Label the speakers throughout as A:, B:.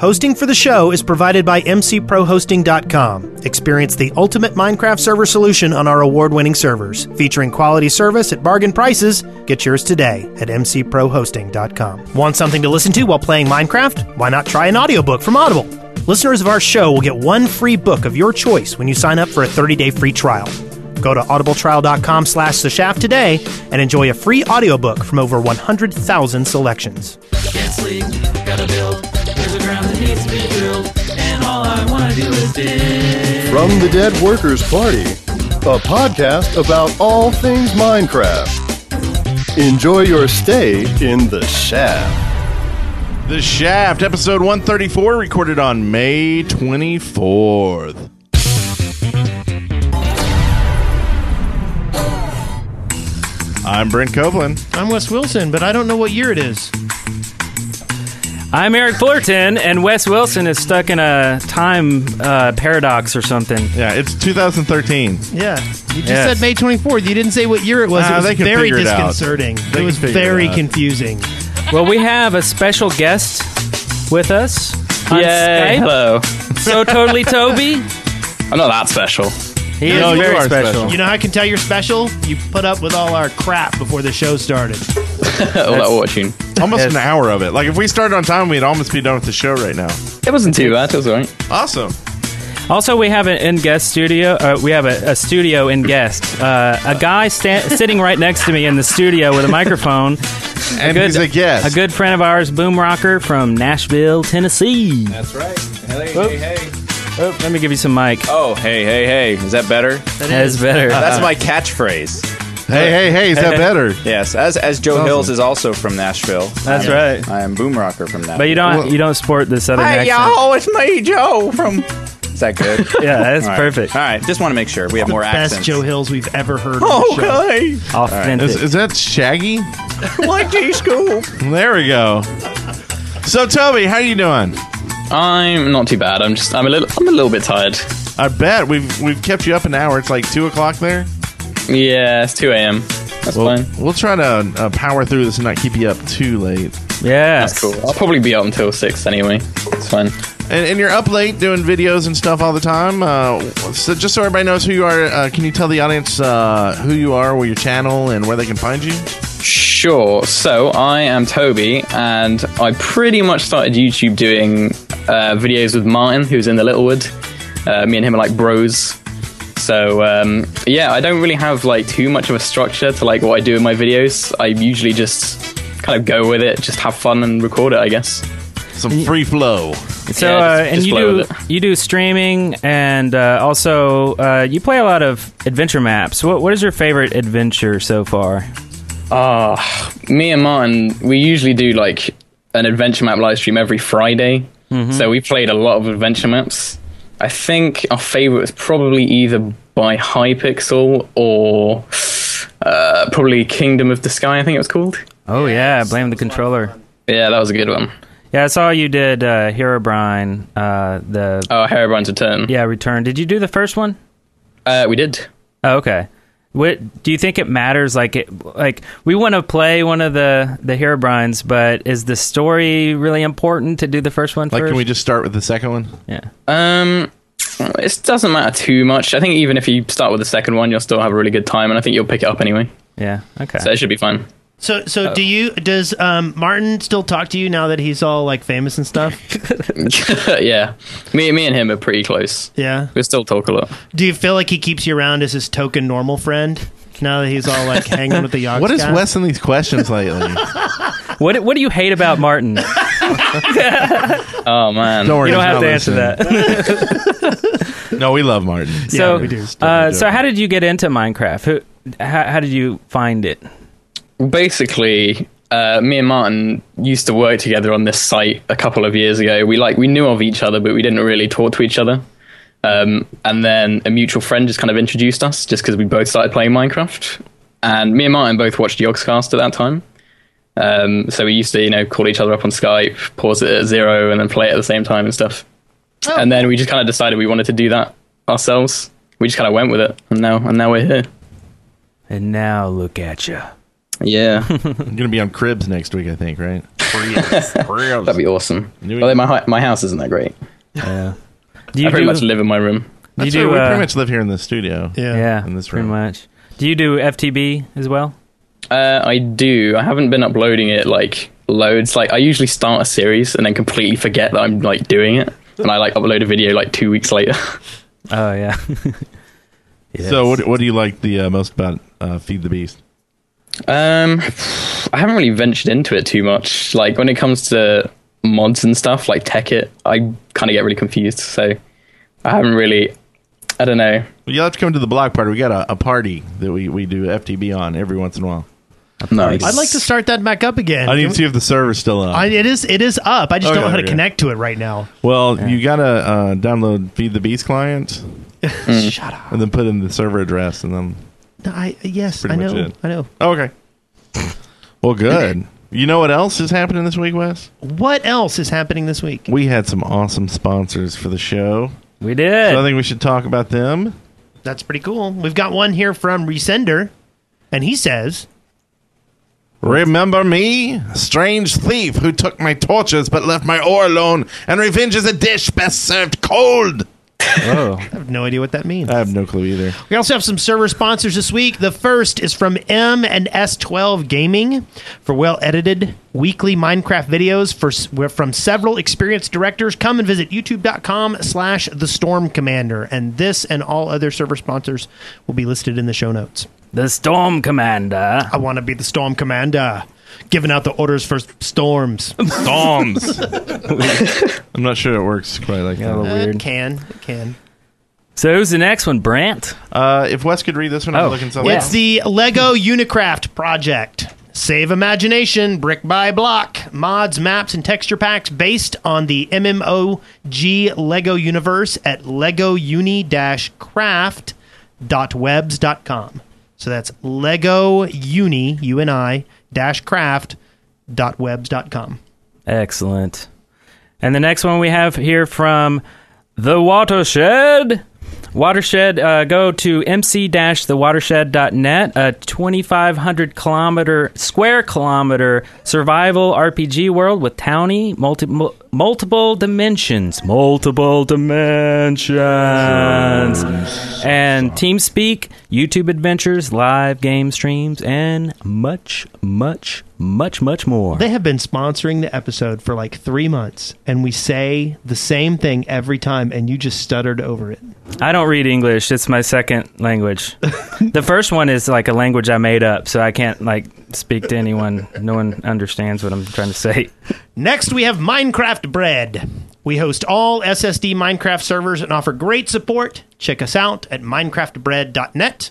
A: Hosting for the show is provided by mcprohosting.com. Experience the ultimate Minecraft server solution on our award-winning servers, featuring quality service at bargain prices. Get yours today at mcprohosting.com. Want something to listen to while playing Minecraft? Why not try an audiobook from Audible? Listeners of our show will get one free book of your choice when you sign up for a 30-day free trial. Go to audibletrial.com slash the shaft today and enjoy a free audiobook from over 100,000 selections.
B: Can't sleep, gotta build. There's a ground that needs to be drilled, and all I wanna do is dig.
C: From the Dead Workers Party, a podcast about all things Minecraft. Enjoy your stay in the shaft.
D: The Shaft, episode 134, recorded on May 24th. I'm Brent Copeland.
E: I'm Wes Wilson, but I don't know what year it is.
F: I'm Eric Fullerton, and Wes Wilson is stuck in a time uh, paradox or something.
D: Yeah, it's 2013.
E: Yeah. You just
F: Yes.
E: said May 24th. You didn't say what year it was.
D: Nah,
E: it was
D: Ah, they can
E: very
D: figure it out.
E: disconcerting.
D: They
E: it was
D: can figure it
E: very
D: out.
E: confusing.
F: Well, we have a special guest with us on
G: Yay.
F: Skype.
G: Hello.
F: So totally Toby.
G: I'm not that special.
F: He is
D: No, you
F: very
D: are
F: special.
D: special.
E: You know how I can tell you're special? You put up with all our crap before the show started.
G: All that watching.
D: Almost an hour of it. Like, if we started on time, we'd almost be done with the show right now.
G: It wasn't too bad. It was alright.
D: Awesome.
F: Also, we have an in guest studio. Uh, we have a, a studio in guest. Uh, a guy sta- sitting right next to me in the studio with a microphone.
D: And he's a guest.
F: A good friend of ours, Boom Rocker from Nashville, Tennessee.
G: That's right. Hey,
F: Oh.
G: hey.
F: Oh, let me give you some mic.
G: Oh, hey, hey, hey. Is that better? Ah.
F: that is better.
H: Uh,
G: That's my catchphrase.
D: hey, hey, hey, is that better?
G: Yes, as as Joe Hills is also from Nashville.
F: That's
G: I am-
F: right.
G: I am Boom Rocker from Nashville.
F: but you don't you don't sport the southern
G: Hey,
F: accent.
G: y'all. It's me, Joe from. Is that good?
F: Yeah, that's
G: All right.
F: perfect.
G: All right. Just want to make sure we have more
E: Best
G: accents. Oh,
E: Joe Hills we've ever heard. on
F: Oh,
E: the show.
G: Okay.
F: Authentic.
D: Is, is that Shaggy?
G: like G school.
D: There we go. So, Toby, how you doing?
H: I'm not too bad. I'm just I'm a little I'm a little bit tired.
D: I bet we've we've kept you up an hour. It's like two o'clock there.
H: Yeah, it's 2 a.m. That's
D: We'll,
H: fine.
D: we'll try to uh, power through this and not keep you up too late.
F: yeah.
H: That's cool. I'll probably be up until six anyway. It's fine.
D: And, and you're up late doing videos and stuff all the time. Uh, so just so everybody knows who you are, uh, can you tell the audience uh, who you are, where your channel, and where they can find you?
H: Sure. So I am Toby, and I pretty much started YouTube doing uh, videos with Martin, who's in the Littlewood. Uh, me and him are like bros. So um, yeah, I don't really have like too much of a structure to like what I do in my videos. I usually just kind of go with it, just have fun and record it, I guess.
D: Some free flow.
F: So
H: Yeah,
F: uh,
H: just-
F: and
H: just
F: you
H: play
F: do
H: with it.
F: you do streaming and uh, also uh, you play a lot of adventure maps. What what is your favorite adventure so far?
H: Ah, me and Martin, we usually do like an adventure map live stream every Friday. So we played a lot of adventure maps. I think our favorite was probably either by Hypixel or uh, probably Kingdom of the Sky. I think it was called.
F: Oh yeah, blame the controller.
H: Yeah, that was a good one.
F: Yeah, I saw you did uh, Herobrine. Uh, the
H: Oh, Herobrine's Return.
F: yeah return. Did you do the first one?
H: uh, we did.
F: Oh, okay. What do you think it matters? Like it like we want to play one of the the Herobrines, but is the story really important to do the first one
D: Like,
F: first?
D: can we just start with the second one?
F: yeah.
H: Um, it doesn't matter too much. I think even if you start with the second one, you'll still have a really good time, and I think you'll pick it up anyway.
F: Yeah. Okay.
H: So it should be fine.
E: So, so do you? Does um, Martin still talk to you now that he's all like famous and stuff?
H: yeah, me, me and him are pretty close.
E: Yeah.
H: We still talk a lot.
E: Do you feel like he keeps you around as his token normal friend? Now that he's all like hanging with the yogs.
D: What is
E: guy?
D: Wes in these questions lately?
F: What what do you hate about Martin?
H: Oh man.
D: Don't worry,
F: You don't
D: he's
F: have
D: not
F: to answer
D: listening.
F: that.
D: No, we love Martin.
F: so,
E: we do.
F: Uh, so how did you get into Minecraft? Who, how, how did you find it?
H: Basically, uh, me and Martin used to work together on this site a couple of years ago. We like we knew of each other, but we didn't really talk to each other. Um, and then a mutual friend just kind of introduced us, just because we both started playing Minecraft. And me and Martin both watched Yogscast at that time. Um, so we used to, you know, call each other up on Skype, pause it at zero, and then play it at the same time and stuff. And then we just kind of decided we wanted to do that ourselves. We just kind of went with it, and now and now we're here.
F: And now look at you.
H: Yeah,
D: I'm gonna be on cribs next week, I think. Right?
H: that'd be awesome.
D: New-
H: Although my hi- my house isn't that great.
F: Do you
H: I pretty
F: do,
H: much live in my room.
F: do you
D: That's
F: do
D: where we
F: uh,
D: pretty much live here in the studio.
E: Yeah.
F: yeah,
D: in this
F: pretty
D: room.
F: much. Do you do FTB as well?
H: Uh, I do. I haven't been uploading it like loads. Like I usually start a series and then completely forget that I'm like doing it, and I like upload a video like two weeks later.
F: Oh yeah. Yes.
D: So, what, what do you like the uh, most about uh, Feed the Beast?
H: Um, I haven't really ventured into it too much. Like when it comes to mods and stuff, like tech it, I kind of get really confused. So I haven't really. I don't know.
D: Well, you'll have to come to the block party. We got a, a party that we, we do FTB on every once in a while.
H: Nice.
E: I'd like to start that back up again.
D: I need to see if the server's still up.
E: I, it is it is up. I just
D: Oh,
E: don't know
D: yeah,
E: how to
D: yeah.
E: connect to it right now.
D: well, you gotta uh, download Feed the Beast client Mm.
E: Shut up.
D: and then put in the server address, and then
E: No, I yes, I
D: Pretty much
E: know.
D: it.
E: I know.
D: oh, okay. Well, good. You know what else is happening this week, Wes?
E: What else is happening this week?
D: We had some awesome sponsors for the show.
F: we did.
D: So I think we should talk about them.
E: That's pretty cool. We've got one here from Resender, and he says,
D: Remember me? Strange thief who took my torches but left my ore alone, and revenge is a dish best served cold. Oh,
E: I have no idea what that means.
D: I have no clue either.
E: We also have some server sponsors this week. The first is from M and S12 Gaming for well-edited weekly Minecraft videos for we're from several experienced directors. Come and visit youtube.com/slash the Storm Commander, and this and all other server sponsors will be listed in the show notes.
F: the Storm Commander.
D: Oh,
E: I want to be the Storm Commander, giving out the orders for storms.
D: Storms. I'm not sure it works quite like that.
E: It can, it can.
F: So who's the next one? Brant.
D: Uh, if Wes could read this one, I'm
F: Oh,
D: looking something.
F: yeah.
E: It's the Lego Unicraft project. Save imagination, brick by block, mods, maps, and texture packs based on the MMOG Lego universe at legouni-craft.webs.com. So that's Lego Uni, U-N-I, dash craft, dot webs dot com.
F: Excellent. And the next one we have here from The Watershed. Watershed, uh, go to mc-thewatershed.net, a 2,500 kilometer, square kilometer survival RPG world with townie, multi, mul- multiple dimensions, multiple dimensions, and TeamSpeak, YouTube adventures, live game streams, and much, much, much, much more.
E: They have been sponsoring the episode for like three months, and we say the same thing every time, and you just stuttered over it.
F: I don't read English. It's my second language. the first one is like a language I made up, so I can't like speak to anyone. No one understands what I'm trying to say.
E: Next, we have Minecraft Bread. We host all SSD Minecraft servers and offer great support. Check us out at minecraftbread.net.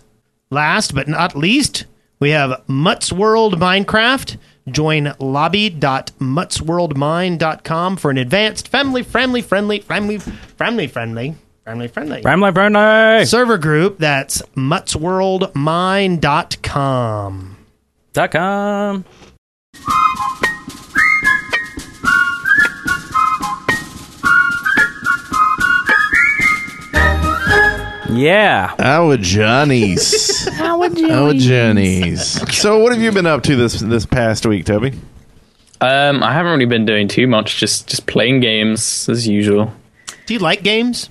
E: Last but not least, we have Mutt's World Minecraft. Join lobby.muttsworldmine.com for an advanced family friendly friendly friendly friendly friendly friendly friendly
F: I'm like Bruno.
E: server group that's muttsworldmine.com.
F: Dot com. Yeah.
D: Our journeys. Our journeys. so, what have you been up to this this past week, Toby?
H: Um, I haven't really been doing too much. Just just playing games as usual.
E: Do you like games?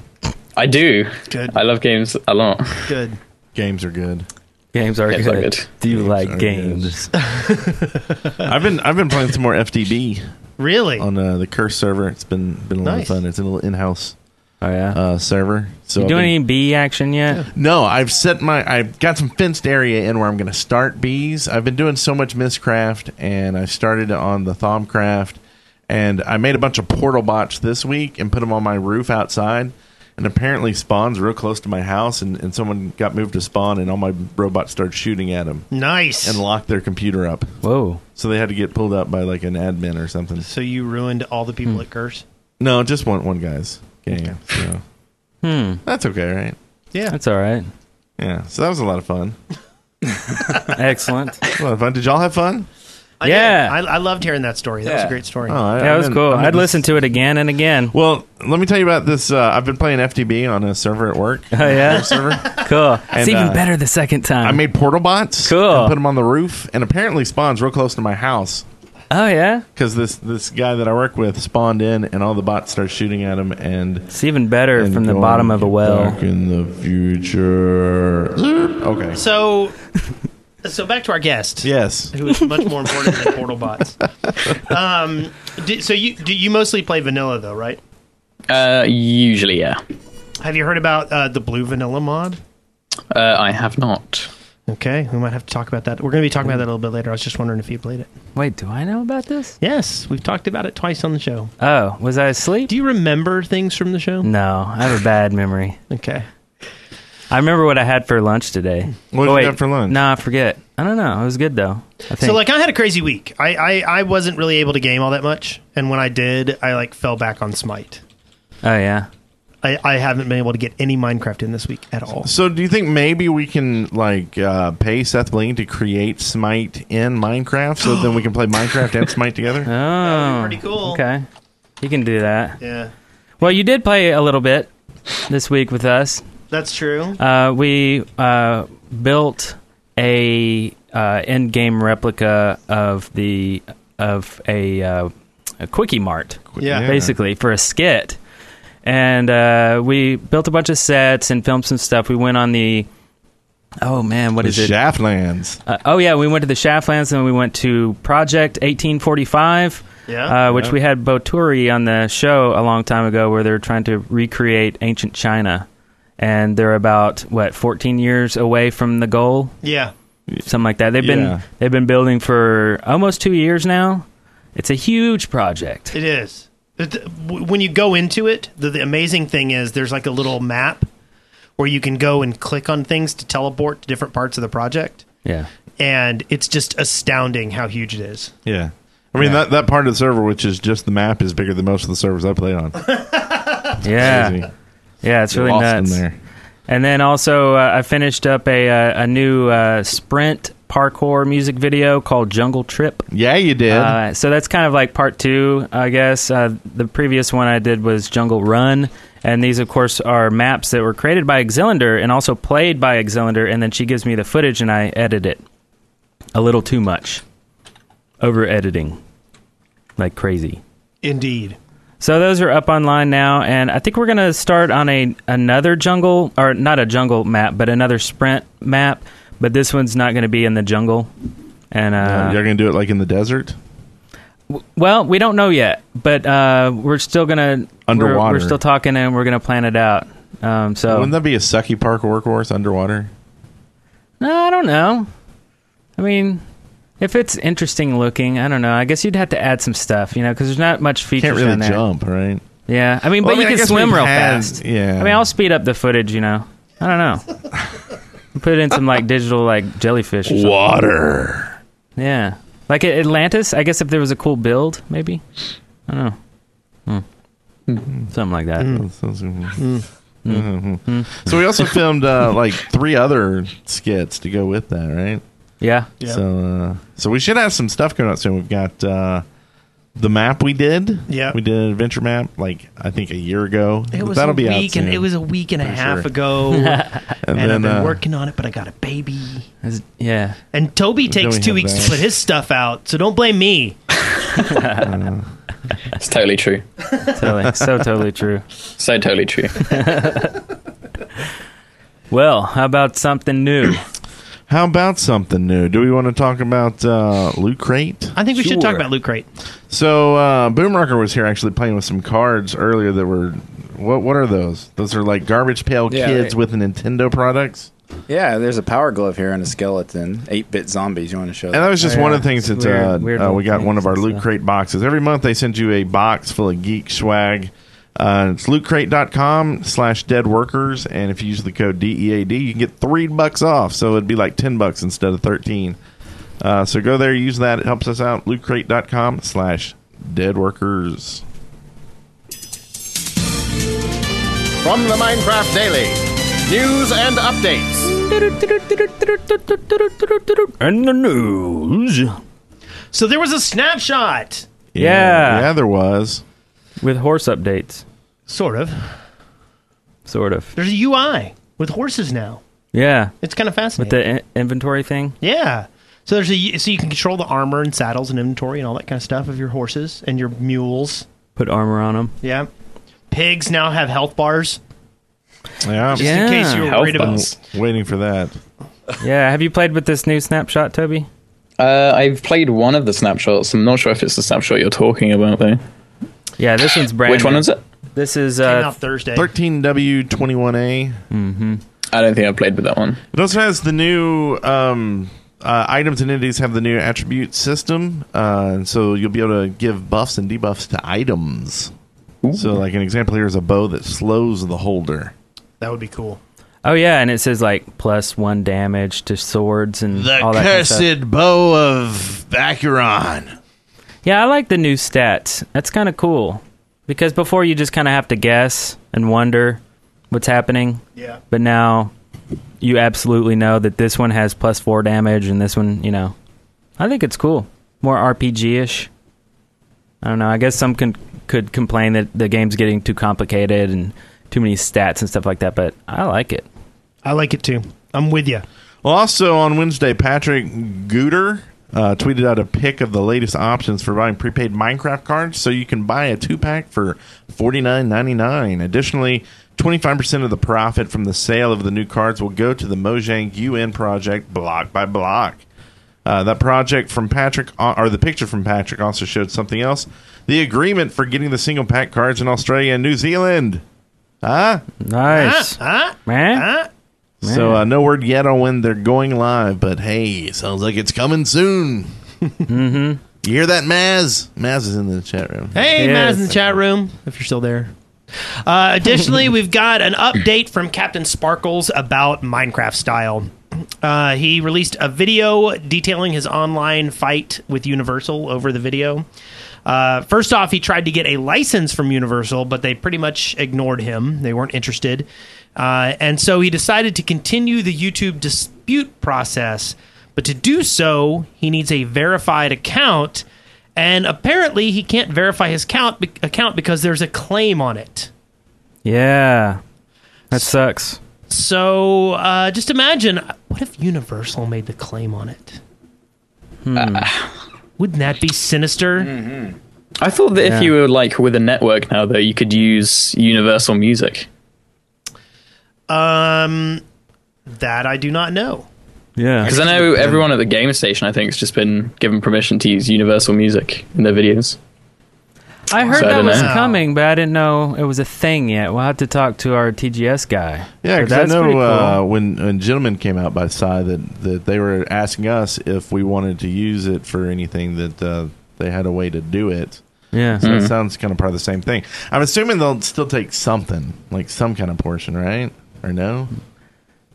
H: I do.
E: Good.
H: I love games a lot.
E: Good.
D: Games are good.
F: Games are
H: Games
F: good.
H: are good.
F: Do you like
D: are
F: games?
D: I've been I've been playing some more FTB
E: Really?
D: on uh, the Curse server. It's been been a lot
E: Nice.
D: of fun. It's a little in house
F: Oh yeah.
D: uh, server. So
F: you
D: I've
F: doing
D: been-
F: any bee action yet?
D: No, I've set my. I've got some fenced area in where I'm going to start bees. I've been doing so much miscraft, and I started on the thomcraft, and I made a bunch of portal bots this week and put them on my roof outside, and apparently Spawn's real close to my house, and, and someone got moved to Spawn, and all my robots started shooting at him
E: Nice.
D: and locked their computer up.
F: Whoa.
D: So they had to get pulled up by like an admin or something.
E: so you ruined all the
D: Hmm.
E: people at Curse.
D: No, just one one guy's game. So. Hmm. That's okay, right?
E: Yeah.
F: That's all right.
D: Yeah. So that was a lot of fun.
F: Excellent.
D: A lot of fun. Did y'all have fun?
E: I did.
F: Yeah.
E: I, I loved hearing that story. That was a
G: Yeah.
E: great story.
D: I,
F: That
D: I'm
F: was
D: in-
F: cool.
D: I'm in
F: I'd
D: this-
F: listen to it again and again.
D: Well, let me tell you about this. Uh, I've been playing FTB on a server at work.
F: Oh yeah,
D: server.
F: cool.
D: And,
F: it's even
D: uh,
F: better the second time.
D: I made portal bots.
F: Cool.
D: And put them on the roof, and apparently spawns real close to my house
F: oh yeah,
D: because this this guy that I work with spawned in, and all the bots start shooting at him, and
F: it's even better
D: and
F: from the
D: going
F: bottom of a well.
D: Back in the future. Okay.
E: So, so back to our guest.
D: Yes.
E: Who is much more important than portal bots. Um, do, so you do you mostly play vanilla though, right?
H: Uh, usually, yeah.
E: Have you heard about uh, the blue vanilla mod?
H: Uh, I have not.
E: Okay, we might have to talk about that. We're going to be talking about that a little bit later. I was just wondering if you played it.
F: Wait, do I know about this?
E: Yes, we've talked about it twice on the show.
F: Oh, was I asleep?
E: Do you remember things from the show?
F: no, I have a bad memory.
E: Okay.
F: I remember what I had for lunch today.
D: What did
F: Oh,
D: you
F: wait.
D: have for lunch?
F: No, I forget. I don't know. It was good though. I think.
E: So like I had a crazy week. I, I I wasn't really able to game all that much, and when I did, I like fell back on Smite.
F: oh yeah.
E: I, I haven't been able to get any Minecraft in this week at all.
D: So do you think maybe we can like uh, pay Seth Bling to create Smite in Minecraft so then we can play Minecraft and Smite together?
F: Oh,
E: pretty cool.
F: Okay, you can do that.
E: Yeah,
F: Well, you did play a little bit this week with us.
E: that's true.
F: Uh, we uh, built a uh, in-game replica of the of a, uh, a quickie mart,
E: Yeah.
F: basically for a skit, and uh, we built a bunch of sets and filmed some stuff. We went on the oh man, what
D: The
F: is it?
D: Shaftlands.
F: Uh, oh yeah, we went to the Shaftlands and we went to Project 1845,
E: Yeah.
F: uh, which we had Boturi on the show a long time ago, where they're trying to recreate ancient China, and they're about what 14 years away from the goal,
E: Yeah.
F: something like that. They've
D: Yeah.
F: been they've been building for almost two years now. It's a huge project.
E: It is. It- w- when you go into it, the, the amazing thing is there's like a little map where you can go and click on things to teleport to different parts of the project,
F: Yeah,
E: and it's just astounding how huge it is.
D: Yeah. I mean that that part of the server which is just the map is bigger than most of the servers I played on.
F: yeah,
D: Crazy.
F: yeah. It's really
D: Awesome
F: nuts.
D: there.
F: And then also, uh, I finished up a uh, a new uh, sprint parkour music video called Jungle Trip.
D: Yeah, you did.
F: Uh, so that's kind of like part two, I guess. Uh, the previous one I did was Jungle Run, and these, of course, are maps that were created by Exilinder and also played by Exilinder, and then she gives me the footage and I edit it a little too much, over editing, like crazy.
E: Indeed.
F: So those are up online now, and I think we're gonna start on a another jungle or not a jungle map, but another sprint map. But this one's not gonna be in the jungle, and uh,
D: Uh, You're gonna do it like in the desert?
F: well, we don't know yet, but uh, we're still gonna
D: Underwater.
F: We're, we're still talking, and we're gonna plan it out. Um,
E: Oh.
F: so
D: Wouldn't that be a sucky park workhorse underwater?
F: no, I don't know. I mean, if it's interesting looking, I don't know. I guess you'd have to add some stuff, you know, because there's not much features
D: Can't really
F: in there.
D: jump, right?
F: Yeah, I mean,
D: Well,
F: but
D: I mean, I
F: you can
D: guess
F: swim
D: we've
F: real
D: had-
F: fast.
D: yeah.
F: I mean, I'll speed up the footage, you know. I don't know. Put it in some like digital like jellyfish. Or something.
D: Water.
F: Yeah, like at Atlantis. I guess if there was a cool build, maybe. I don't know. Hmm. Something like that.
E: Mm.
D: Mm-hmm. So we also filmed uh, like three other skits to go with that, right?
F: Yeah.
D: So, uh, so we should have some stuff coming out soon. We've got uh, the map we did.
E: Yeah.
D: we did an adventure map like I think a year ago.
E: It was
D: That'll
E: a
D: be out
E: week, and
D: soon.
E: it was a week and a
D: Pretty
E: half
D: sure.
E: ago, and,
D: and,
E: I've
D: then
E: been
D: uh,
E: working on it, but I got a baby.
F: Is- Yeah.
E: And Toby takes
D: we
E: two
D: have
E: weeks
D: that.
E: to put his stuff out, so don't blame me.
H: It's totally true.
F: Totally. so totally true.
H: So totally true.
F: Well, how about something new?
D: How about something new? Do we want to talk about uh, Loot Crate?
E: I think we should talk
F: Sure.
E: about Loot Crate.
D: So uh, Boomrocker was here actually playing with some cards earlier that were what? What are those? Those are like garbage pail
G: Yeah,
D: kids with Nintendo products.
G: Yeah, there's a power glove here and a skeleton. 8 bit zombies. You want to show
D: And that
G: that?
D: was just
F: Yeah,
D: one of the things
F: it's
D: that
F: weird-
D: uh,
F: weird
D: uh, we
F: little
D: got one of
F: things
D: our
F: and
D: loot
F: stuff.
D: crate boxes. Every month they send you a box full of geek swag Uh, it's lootcrate.com slash dead workers. And if you use the code DEAD, you can get three bucks off. So it'd be like 10 bucks instead of 13. Uh, so go there, use that. It helps us out. lootcrate.com slash dead workers.
C: From the Minecraft Daily, news and updates.
F: And the news
E: So there was a snapshot,
F: Yeah.
D: Yeah, there was.
F: with horse updates,
E: sort of.
F: sort of.
E: There's a UI with horses now.
F: Yeah,
E: It's kind of fascinating.
F: the in- inventory thing.
E: Yeah. So there's a so you can control the armor and saddles and inventory and all that kind of stuff of your horses and your mules.
F: Put armor on them.
E: Yeah. Pigs now have health bars.
D: Yeah.
E: Just in case you were
H: Health
E: worried about
H: bars.
D: Waiting for that.
F: Yeah. Have you played with this new snapshot, Toby?
H: Uh, I've played one of the snapshots. I'm not sure if it's the snapshot you're talking about, though.
F: Yeah, this one's brand.
H: Which one
F: new.
H: is it?
F: This is
E: came
F: uh,
E: out Thursday.
D: 13W21A.
H: I don't think I played with that one.
D: It also has the new um, uh, items and entities have the new attribute system, uh, and so you'll be able to give buffs and debuffs to items. So, like an example here is a bow that slows the holder.
E: That would be cool.
F: oh yeah, and it says like plus one damage to swords and all that kind of stuff.
D: bow of Acheron.
F: Yeah, I like the new stats. That's kind of cool because before you just kind of have to guess and wonder what's happening,
E: Yeah.
F: but now you absolutely know that this one has plus four damage and this one, you know, I think it's cool. More RPG ish. I don't know. I guess some can could complain that the game's getting too complicated and too many stats and stuff like that, but I like it.
E: I like it too. I'm with you.
D: Well, also on Wednesday, Patrick Gooter uh, tweeted out a pic of the latest options for buying prepaid Minecraft cards. So you can buy a two pack for forty nine ninety nine. Additionally, twenty five percent of the profit from the sale of the new cards will go to the Mojang UN project, block by block. Uh, that project from Patrick, uh, or the picture from Patrick, also showed something else: the agreement for getting the single pack cards in Australia and New Zealand.
F: Nice.
E: Huh?
F: Man.
E: Huh?
D: So uh, no word yet on when they're going live, but hey, sounds like it's coming soon. mm-hmm. You hear that, Maz? Maz is in the chat room.
E: Hey,
F: Yes.
E: Matt's in the chat room, if you're still there. Uh, additionally, we've got an update from Captain Sparkles about Minecraft style. Uh, he released a video detailing his online fight with Universal over the video. Uh, first off, he tried to get a license from Universal, but they pretty much ignored him. They weren't interested. Uh, and so he decided to continue the YouTube dispute process. But to do so, he needs a verified account. And apparently, he can't verify his count, be- account because there's a claim on it.
F: Yeah. That sucks.
E: So uh, just imagine what if Universal made the claim on it?
D: Hmm.
E: Wouldn't that be sinister?
H: I thought that if you were like with a network now, though, you could use Universal Music.
E: Um, that I do not know.
F: Yeah.
H: Because I know everyone at the game station, I think, has just been given permission to use Universal Music in their videos.
F: I heard
H: So I
F: that
H: don't
F: was
H: know.
F: coming, but I didn't know it was a thing yet. We'll have to talk to our TGS guy.
D: Yeah,
F: But
D: because I
F: that's
D: know
F: pretty cool.
D: uh, when when Gentleman came out by Psy that that they were asking us if we wanted to use it for anything that uh, they had a way to do it.
F: yeah.
D: So it sounds kind of part of the same thing. I'm assuming they'll still take something like some kind of portion, right? Or no?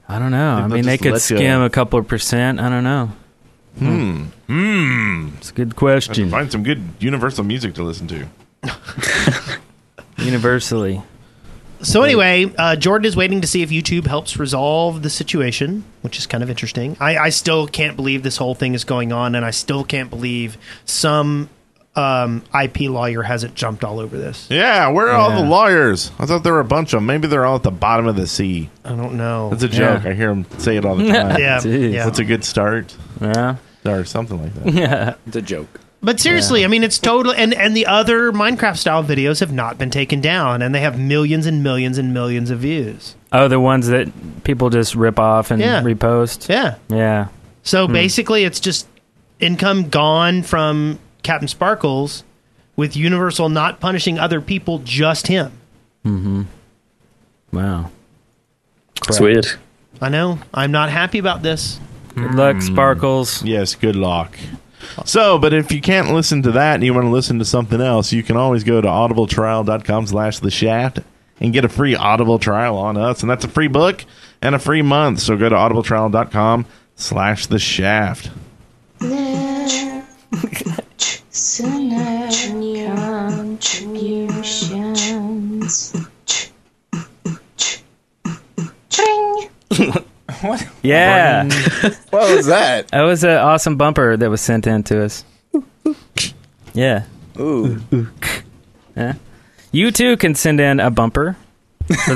F: I don't know. I
D: they'll
F: mean, they
D: just
F: could
D: let you-
F: skim a couple of percent. I don't know. Hmm. Hmm. It's a good question.
D: Find some good Universal music to listen to.
F: Universally.
E: So anyway, uh, Jordan is waiting to see if YouTube helps resolve the situation, which is kind of interesting. I, I still can't believe this whole thing is going on, and I still can't believe some um, IP lawyer hasn't jumped all over this.
D: Yeah, where are all the lawyers? I thought there were a bunch of them. Maybe they're all at the bottom of the sea.
E: I don't know.
D: That's a joke. I hear them say it all the time.
E: yeah,
F: Jeez.
E: yeah.
D: That's a good start
F: Yeah.
D: or something like that.
G: It's a joke.
E: But seriously, I mean, it's total. And and the other Minecraft style videos have not been taken down, and they have millions and millions and millions of views.
F: Oh, the ones that people just rip off and
E: Yeah.
F: repost.
E: Yeah. Hmm.
F: Yeah.
E: So basically, it's just income gone from Captain Sparkles, with Universal not punishing other people, just him.
F: Wow.
H: It's weird.
E: I know. I'm not happy about this.
D: Hmm.
F: Good luck, Sparkles.
D: Yes, good luck. So, but if you can't listen to that and you want to listen to something else, you can always go to audibletrial.com slash the shaft and get a free audible trial on us. And that's a free book and a free month. So go to audibletrial.com slash the shaft.
F: Yeah.
G: What was that?
F: That was an awesome bumper that was sent in to us. Yeah.
G: Ooh.
F: Yeah. You too can send in a bumper for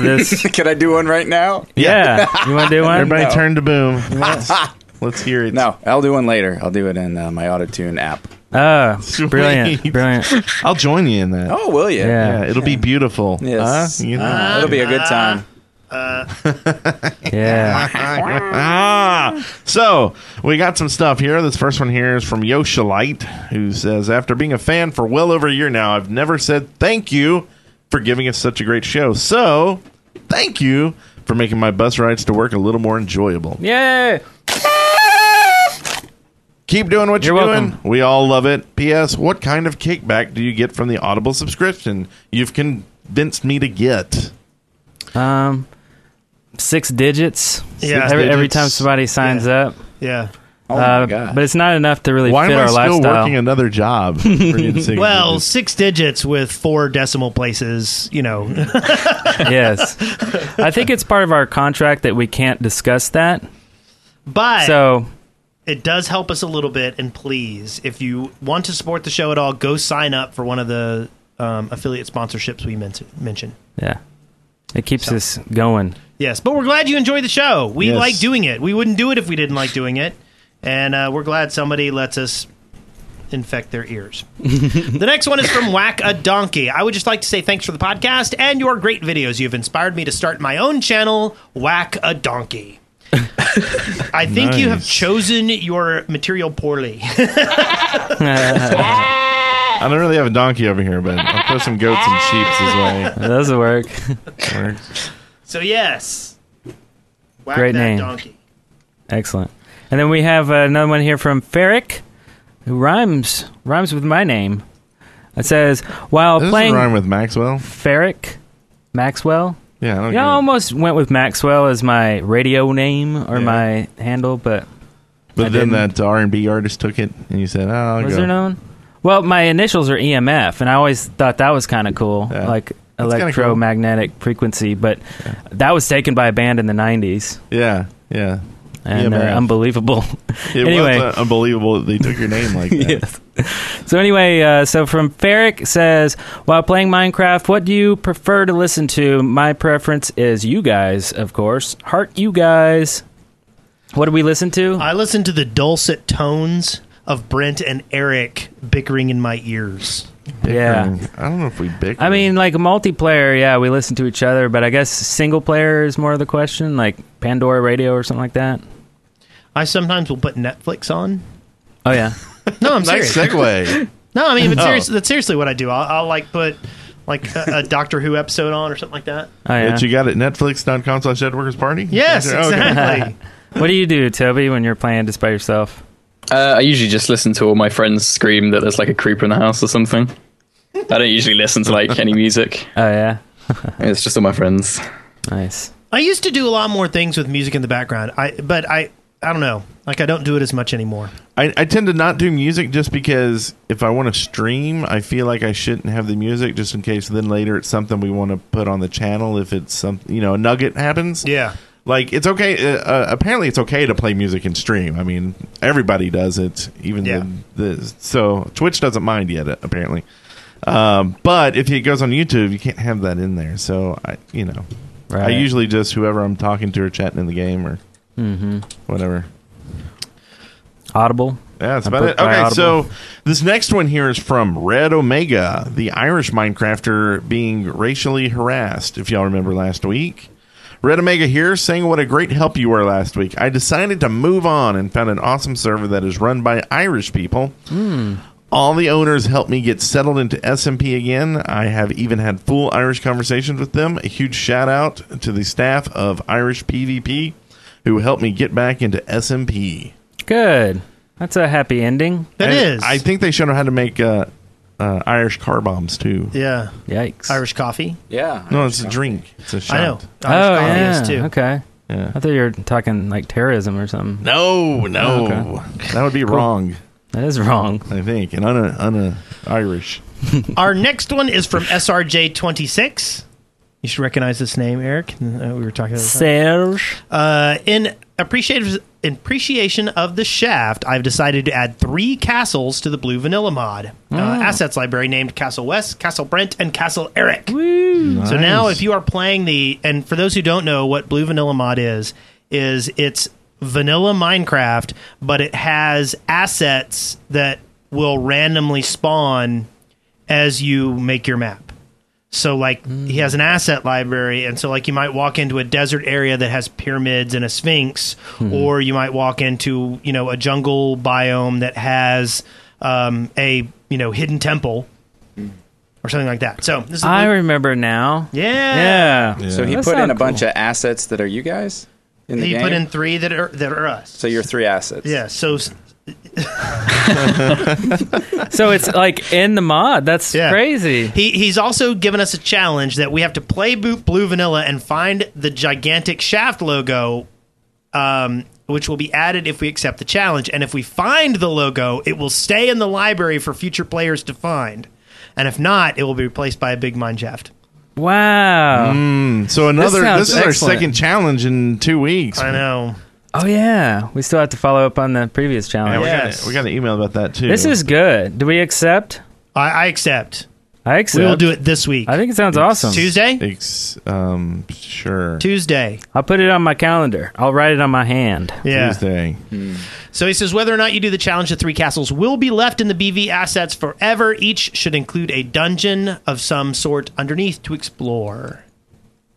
F: this.
G: Can I do one right now?
F: yeah. You want to do one?
D: Everybody turn to boom. Let's, let's hear it.
G: No, I'll do one later. I'll do it in uh, my AutoTune app.
F: Oh, brilliant.
D: Sweet.
F: Brilliant.
D: I'll join you in that.
G: Oh, will you?
F: Yeah.
D: Yeah, it'll be beautiful.
G: Yes.
D: Huh? You know.
G: Uh, it'll be a good time.
F: Yeah.
D: ah, so we got some stuff here. This first one here is from Yoshalite, who says, "After being a fan for well over a year now, I've never said thank you for giving us such a great show. So, thank you for making my bus rides to work a little more enjoyable.
F: Yay.
D: Keep doing what you're,
F: You're
D: doing.
F: welcome.
D: We all love it. P.S. What kind of kickback do you get from the Audible subscription? You've convinced me to get."
F: Um, six digits.
E: Yeah.
F: every, every
D: digits.
F: time somebody signs up.
E: Yeah.
G: Oh my
F: Uh,
G: god.
F: but it's not enough to really
D: Why
F: fit
D: am I
F: our
D: still
F: lifestyle.
D: working another job? For you to say
E: Well, six digits with four decimal places, you know.
F: yes. I think it's part of our contract that we can't discuss that.
E: But
F: So,
E: it does help us a little bit. And please, if you want to support the show at all, go sign up for one of the um, affiliate sponsorships we men- mentioned.
F: yeah. It keeps us going.
E: Yes, but we're glad you enjoy the show. We
D: Yes.
E: like doing it. We wouldn't do it if we didn't like doing it. And uh, we're glad somebody lets us infect their ears. the next one is from Whack a Donkey. I would just like to say thanks for the podcast and your great videos. You've inspired me to start my own channel, Whack a Donkey. I think you have
D: Nice.
E: chosen your material poorly.
D: I don't really have a donkey over here, but I'll put some goats and sheeps his way.
F: That doesn't work.
E: so, yes. Whack
F: Great
E: that
F: name.
E: donkey.
F: Excellent. And then we have uh, another one here from Ferrick, who rhymes rhymes with my name. It says, while
D: Does this
F: playing
D: rhyme with Maxwell?
F: Ferrick Maxwell.
D: Oh, Yeah, I don't
F: Yeah, I
D: get it.
F: almost went with Maxwell as my radio name or my handle, but
D: But
F: I
D: then
F: didn't.
D: that R and B artist took it, and you said, "Oh, I'll
F: was
D: go."
F: there no one? Well, my initials are EMF, and I always thought that was kind of cool,
D: Yeah.
F: like
D: That's kinda cool.
F: electromagnetic frequency. But that was taken by a band in the '90s,
D: yeah, yeah.
F: and they're
D: EMF.
F: unbelievable.
D: It
F: anyway,
D: was uh, unbelievable that they took your name like that.
F: yes. So anyway, uh, so from Ferrick says, while playing Minecraft, what do you prefer to listen to? My preference is you guys, of course. Heart you guys. What do we listen to?
E: I listen to the dulcet tones of Brent and Eric bickering in my ears.
F: yeah.
D: Bickering. I don't know if we bicker.
F: I mean, like multiplayer, yeah, we listen to each other, but I guess single player is more of the question, like Pandora Radio or something like that.
E: I sometimes will put Netflix on.
F: Oh yeah,
E: No, I'm
D: nice
E: serious.
D: segue.
E: No, I mean, but
D: Oh.
E: serious, that's seriously what I do. I'll, I'll like put like a, a Doctor Who episode on or something like that.
F: oh yeah.
D: That you got at netflix.com slash Edworkers Party?
E: Yes,
D: Okay.
E: exactly.
F: what do you do, Toby, when you're playing just by yourself?
H: Uh, I usually just listen to all my friends scream that there's like a creeper in the house or something. I don't usually listen to like any music.
F: Oh yeah,
H: It's just all my friends.
F: nice.
E: I used to do a lot more things with music in the background. I but I I don't know. Like I don't do it as much anymore.
D: I, I tend to not do music just because if I want to stream, I feel like I shouldn't have the music just in case then later it's something we want to put on the channel if it's some you know, a nugget happens. like it's okay uh, uh, apparently it's okay to play music and stream i mean everybody does it even
E: Yeah.
D: the, the so twitch doesn't mind yet uh, apparently um, but if it goes on youtube you can't have that in there so i you know i
F: Right.
D: usually just whoever i'm talking to or chatting in the game or whatever
F: Audible.
D: yeah, that's
F: I
D: about
F: put
D: it.
F: by
D: Okay,
F: Audible.
D: so this next one here is from Red Omega, the Irish Minecrafter being racially harassed, if y'all remember last week. Red Omega here saying what a great help you were last week. I decided to move on and found an awesome server that is run by Irish people.
F: Hmm.
D: All the owners helped me get settled into SMP again. I have even had full Irish conversations with them. A huge shout out to the staff of Irish PvP who helped me get back into SMP.
F: Good. That's a happy ending.
E: That
D: And
E: is.
D: I think they showed them how to make uh, uh, Irish car bombs too.
E: Yeah.
F: Yikes.
E: Irish coffee.
G: Yeah.
D: No, it's a drink. It's a shot.
E: I know. Irish
F: Oh
E: coffee
F: yeah.
E: is too.
F: Okay.
D: Yeah.
F: I thought you were talking like terrorism or something.
D: No, no,
F: Oh,
D: that would be wrong.
F: That is wrong.
D: I think, and un, un Irish.
E: Our next one is from SRJ26. You should recognize this name, Eric. Uh, we were talking about this.
F: Serge.
E: Uh, in appreciative in appreciation of the shaft, I've decided to add three castles to the Blue Vanilla mod uh, assets library named Castle West, Castle Brent, and Castle Eric. So now, if you are playing the, and for those who don't know what Blue Vanilla mod is, is it's vanilla Minecraft, but it has assets that will randomly spawn as you make your map. So like he has an asset library, and so like you might walk into a desert area that has pyramids and a sphinx, or you might walk into you know a jungle biome that has um, a you know hidden temple or something like that. So this is
F: I remember now.
E: Yeah.
F: Yeah.
G: So he
F: That
G: put in
F: sound
G: a bunch
F: cool.
G: of assets that are you guys in the
E: he
G: game.
E: put in three that are that are us.
G: so your three assets.
E: yeah, so s-
F: So it's like in the mod. That's
E: Yeah.
F: crazy.
E: He, he's also given us a challenge that we have to play Boot Blue Vanilla and find the gigantic shaft logo, um, which will be added if we accept the challenge. And if we find the logo, it will stay in the library for future players to find. And if not, it will be replaced by a big mine shaft.
F: Wow.
D: Mm. So another.
F: sounds
D: This, is our
F: excellent.
D: second challenge in two weeks.
E: I know.
F: Oh yeah. We still have to follow up on the previous
D: Yeah,
F: challenge.
D: we,
G: Yes.
D: got, we got an email about that too.
F: This is good. Do we accept?
E: I, I accept.
F: I accept.
E: We will do it this week.
F: I think it sounds awesome.
E: Tuesday?
D: Ex- um sure
E: Tuesday.
F: I'll put it on my calendar. I'll write it on my hand.
E: Yeah.
D: Tuesday.
G: Hmm.
E: So he says whether or not you do the challenge, the three castles will be left in the BV assets forever. Each should include a dungeon of some sort underneath to explore.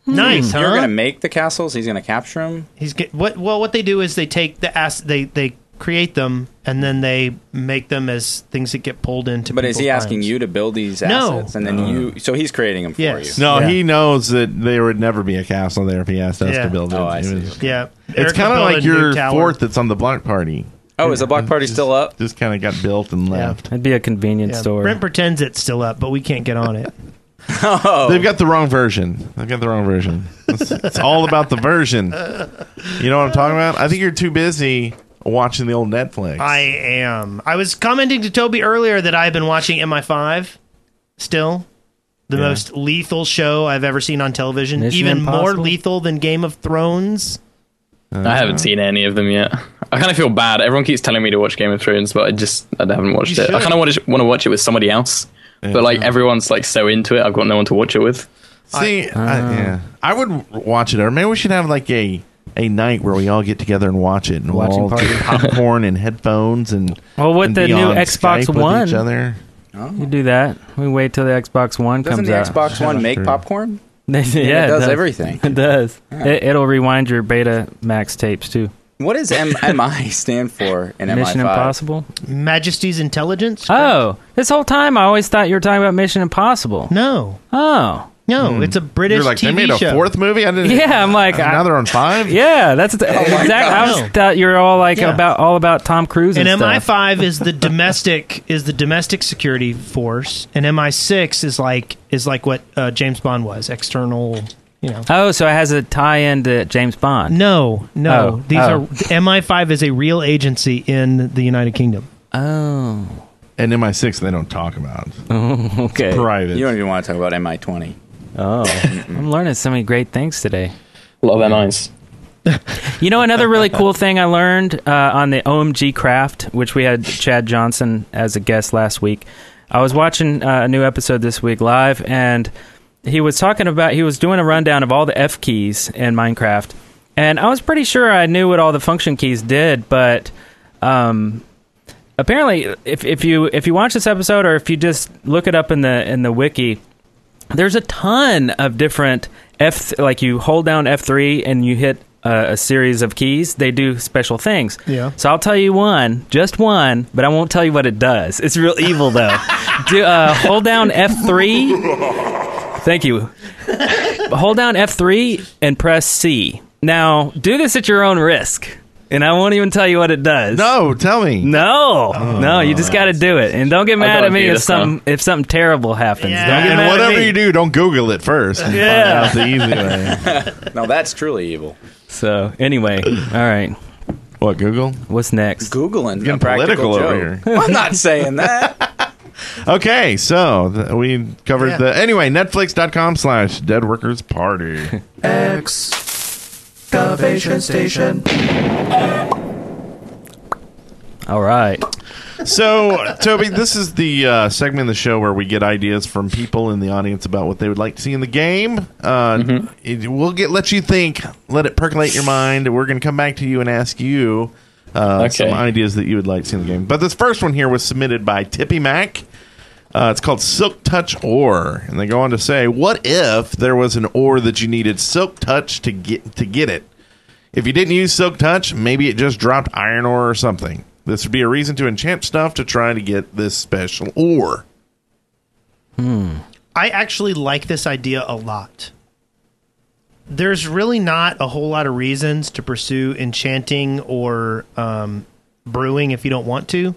E: Nice, huh?
G: You're gonna make the castles. He's gonna capture them.
E: He's get, what? Well, what they do is they take the ass, they they create them, and then they make them as things that get pulled into.
G: But is he
E: people's
G: asking
E: minds.
G: you to build these
E: No.
G: assets and then you? So he's creating them for
E: Yes.
G: you.
D: No,
E: Yeah.
D: he knows that there would never be a castle there if he asked us
E: Yeah.
D: to build it.
G: Oh, I
D: It
G: see.
D: was-
E: Yeah,
D: It's kind of like your fort that's on the block party.
G: Oh, is the block party still up?
D: Just kind of got built and left.
F: It'd be a convenience store.
E: Brent pretends it's still up, but we can't get on it.
D: They've got the wrong version. They've got the wrong version. It's, it's all about the version. You know what I'm talking about? I think you're too busy watching the old Netflix.
E: I am. I was commenting to Toby earlier that I've been watching MI5 still. The most lethal show I've ever seen on television.
F: Mission
E: Even more
F: Impossible?
E: lethal than Game of Thrones.
H: I haven't seen any of them yet. I kind of feel bad. Everyone keeps telling me to watch Game of Thrones, but I just I haven't watched
E: You
H: it. I
E: should.
H: kind of want to want to watch it with somebody else, but like everyone's like so into it, I've got no one to watch it with.
D: see. I,
F: Uh.
D: yeah, I would watch it. Or maybe we should have like a a night where we all get together and watch it and we'll
F: Watching
D: all
F: party.
D: get popcorn and headphones and
F: Well, with
D: and
F: the
D: be
F: new
D: on
F: Xbox
D: Skype with
F: One.
D: each other.
F: We do that. We wait till the Xbox One
G: Doesn't
F: comes
G: the
F: out.
G: Xbox One make
D: Sure.
G: popcorn?
F: yeah,
G: it does everything.
F: It does. It, it'll rewind your Beta Max tapes too.
G: What does M- MI stand for in
F: Mission
G: MI5?
F: Impossible.
E: Majesty's Intelligence?
F: Oh, this whole time I always thought you were talking about Mission Impossible.
E: No.
F: Oh,
E: No, it's a British
D: You're like
E: TV
D: they made a
E: show.
D: fourth movie. I didn't.
F: yeah. I'm like,
D: now
F: I,
D: they're on five.
F: yeah, that's
G: Oh
F: the, exactly. I
E: gosh.
F: was thought you were all like
E: Yeah.
F: about all about Tom Cruise and,
E: and MI
F: stuff.
E: five is the domestic is the domestic security force, and MI six is like is like what uh, James Bond was external. You know,
F: Oh, so it has a tie-in to James Bond.
E: no, no,
F: Oh,
E: these
F: oh.
E: are MI five is a real agency in the United Kingdom.
F: Oh,
D: And MI6 they don't talk about
F: okay.
D: private.
G: You don't even want to talk about MI20.
F: Oh, I'm learning so many great things today.
H: A lot of MIs.
F: You know, another really cool thing I learned uh, on the OMG Craft, which we had Chad Johnson as a guest last week. I was watching uh, a new episode this week live, and he was talking about he was doing a rundown of all the F keys in Minecraft, and I was pretty sure I knew what all the function keys did, but um, apparently, if if you if you watch this episode or if you just look it up in the in the wiki, there's a ton of different F like you hold down F3 and you hit uh, a series of keys. They do special things.
E: Yeah.
F: So I'll tell you one, just one, but I won't tell you what it does. It's real evil though. do, uh, hold down F3. Thank you. Hold down F3 and press C. Now do this at your own risk. and I won't even tell you what it does.
D: No, tell me.
F: No, no, you just got to do it, and don't get mad
H: gotta
F: at me
H: do
F: if
H: this now.
F: something if something terrible happens.
E: Yeah.
F: Don't get
D: And
F: mad at
D: whatever
F: me.
D: you do, don't Google it first. and
F: Yeah.
D: Find out the easy way.
G: Now that's truly evil.
F: So anyway, all right,
D: What Google?
F: what's next?
G: Googling
D: Getting
G: a practical
D: political over
G: joke.
D: here.
G: I'm not saying that.
D: Okay, so th- we covered
E: Yeah.
D: the anyway. Netflix.com slash Dead Workers Party.
B: Excavation station.
F: All right,
D: So, Toby, this is the uh, segment of the show where we get ideas from people in the audience about what they would like to see in the game. Uh, it- we'll get let you think, let it percolate your mind. We're going to come back to you and ask you uh,
H: Okay.
D: some ideas that you would like to see in the game. But this first one here was submitted by Tippy Mac. Uh, it's called Silk Touch Ore, and they go on to say, "What if there was an ore that you needed Silk Touch to get to get it?" If you didn't use Silk Touch, maybe it just dropped iron ore or something. This would be a reason to enchant stuff to try to get this special ore.
E: I actually like this idea a lot. There's really not a whole lot of reasons to pursue enchanting or um, brewing if you don't want to.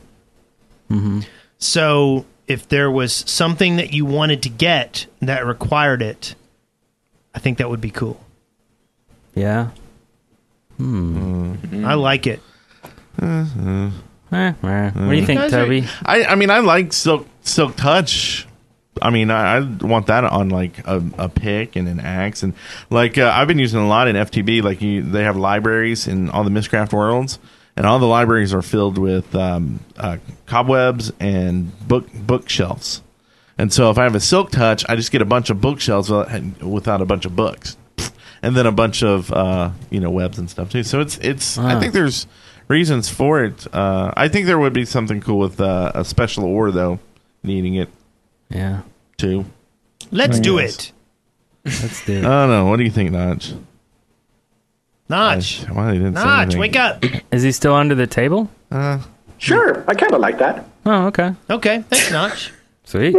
E: So, if there was something that you wanted to get that required it, I think that would be cool.
F: yeah,
E: I like it.
F: Eh, eh. what do you think,
E: guys are-
F: Toby?
D: I, I mean, I like Silk Silk Touch. I mean, I, I want that on like a, a pick and an axe, and like uh, I've been using a lot in FTB. Like you, they have libraries in all the Miscraft worlds, and all the libraries are filled with um, uh, cobwebs and book bookshelves. And so if I have a silk touch, I just get a bunch of bookshelves without without a bunch of books, and then a bunch of uh, you know webs and stuff too. So it's it's I think there's reasons for it. Uh, I think there would be something cool with uh, a special ore though, needing it
F: Yeah,
D: too.
E: Let's do
D: yes.
E: it.
F: let's do.
D: I
F: It.
D: don't know. What do you think, Notch?
E: Notch.
D: Why they didn't say
E: Notch,
D: anything?
E: wake up.
F: Is he still under the table?
I: Sure, I kind of like that.
F: Oh, okay,
E: Okay. Thanks, Notch.
F: sweet.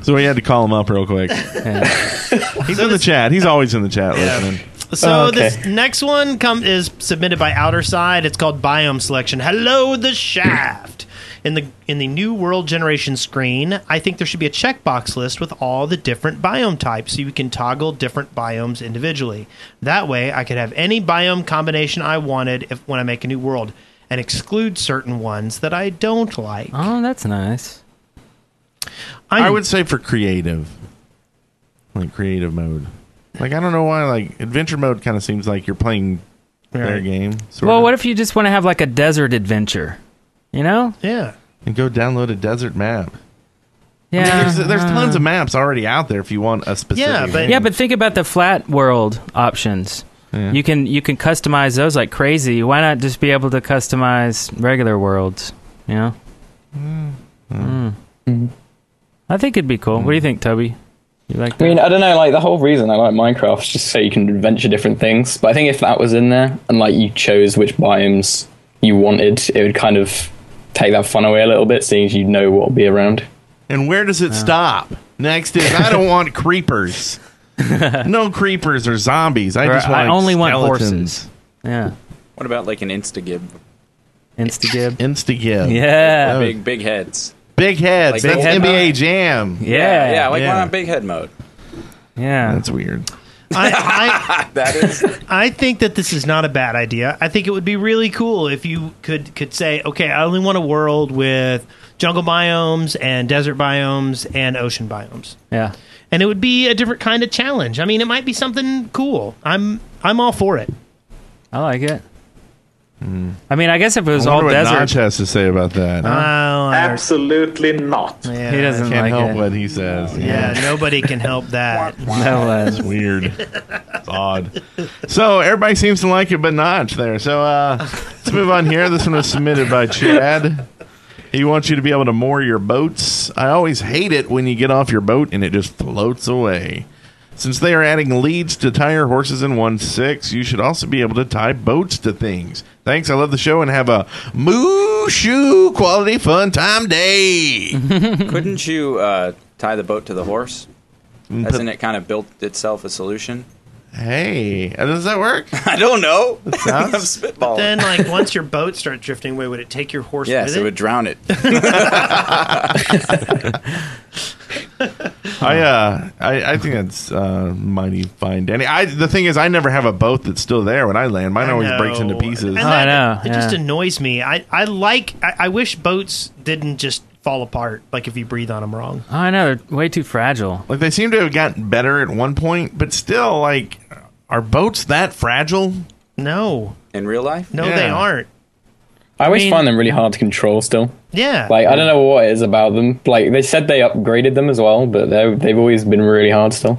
D: So we had to call him up real quick. He's in the chat. He's always in the chat listening.
E: So
H: Okay.
E: this next one come is submitted by Outer Side. It's called Biome Selection. Hello, the Shaft. In the in the New World Generation screen, I think there should be a checkbox list with all the different biome types, so you can toggle different biomes individually. That way, I could have any biome combination I wanted if when I make a new world, and exclude certain ones that I don't like.
F: Oh, that's nice.
D: I
E: I'm-
D: would say for creative, like creative mode. Like I don't know why. Like adventure mode kind of seems like you're playing their
E: Right.
D: game. Sort
F: Well,
D: of.
F: what if you just want to have like a desert adventure? You know?
E: yeah.
D: and go download a desert map.
F: Yeah. Uh-huh.
D: There's, there's tons of maps already out there if you want a specific.
E: Yeah, but-
D: game.
F: Yeah, but think about the flat world options. You can you can customize those like crazy. Why not just be able to customize regular worlds? You know. Mm. I think it'd be cool. What do you think, Toby? You like
H: I
F: that?
H: mean, I don't know. Like the whole reason I like Minecraft is just so you can adventure different things. But I think if that was in there and like you chose which biomes you wanted, it would kind of take that fun away a little bit, seeing as you know what'll be around.
D: and where does it stop? Next is I don't want creepers. no creepers or zombies. I
F: Or
D: just want
F: I only want
D: skeletons.
F: horses. Yeah.
G: What about like an Instagib?
F: Instagib.
D: Instagib.
F: Yeah.
G: Big big heads.
D: Big heads.
G: Like
D: That's
G: big head
D: NBA
G: mode.
D: Jam.
F: Yeah.
G: yeah.
F: Yeah.
G: Like
D: yeah.
G: why not big head mode?
F: Yeah.
D: That's weird.
E: I, I,
G: That is
E: I think that this is not a bad idea. I think it would be really cool if you could could say, okay, I only want a world with jungle biomes and desert biomes and ocean biomes,
F: Yeah.
E: and it would be a different kind of challenge. I mean, it might be something cool. I'm I'm all for it.
F: I like it. I mean, I guess if
D: Mm.
F: it
D: I
F: was all
D: wonder what Notch
F: desert,
D: has to say about that.
E: Oh, I-
I: Absolutely not.
E: yeah,
F: he doesn't
D: Can't
F: like
D: help
F: it.
D: what he says.
E: Yeah, nobody can help that.
F: No, uh,
D: weird. It's odd. So everybody seems to like it, but Notch there. So uh, let's move on here. This one was submitted by Chad. He wants you to be able to moor your boats. I always hate it when you get off your boat and it just floats away. Since they are adding leads to tie your horses in one six, you should also be able to tie boats to things. Thanks. I love the show and have a moo shoo quality fun time day.
G: couldn't
E: Mm,
G: you uh, tie the boat to the horse? Hasn't it kind of built itself a solution?
D: Hey, uh, does that work?
J: I don't know. I'm
D: sounds-
J: spitballing.
E: Then, like, once your boat starts drifting away, would it take your horse
G: Yes,
E: with
G: it
E: it?
G: would drown it.
D: I uh, I, I think that's uh, mighty fine, Danny. I the thing is, I never have a boat that's still there when I land. Mine always breaks into
E: know.
D: pieces.
E: And
F: Oh, I
E: that-
F: know,
E: It just
F: yeah.
E: annoys me. I, I like, I, I wish boats didn't just fall apart, like, if you breathe on them wrong.
F: Oh, I know they're way too fragile.
D: Like they seem to have gotten better at one point, but still, like, are boats that fragile?
E: No.
G: In real life?
E: No, they
D: Yeah.
E: aren't.
H: I always
F: mean-
H: find them really hard to control still.
E: Yeah.
H: Like I don't know what it is about them. Like they said they upgraded them as well, but they they've always been really hard still.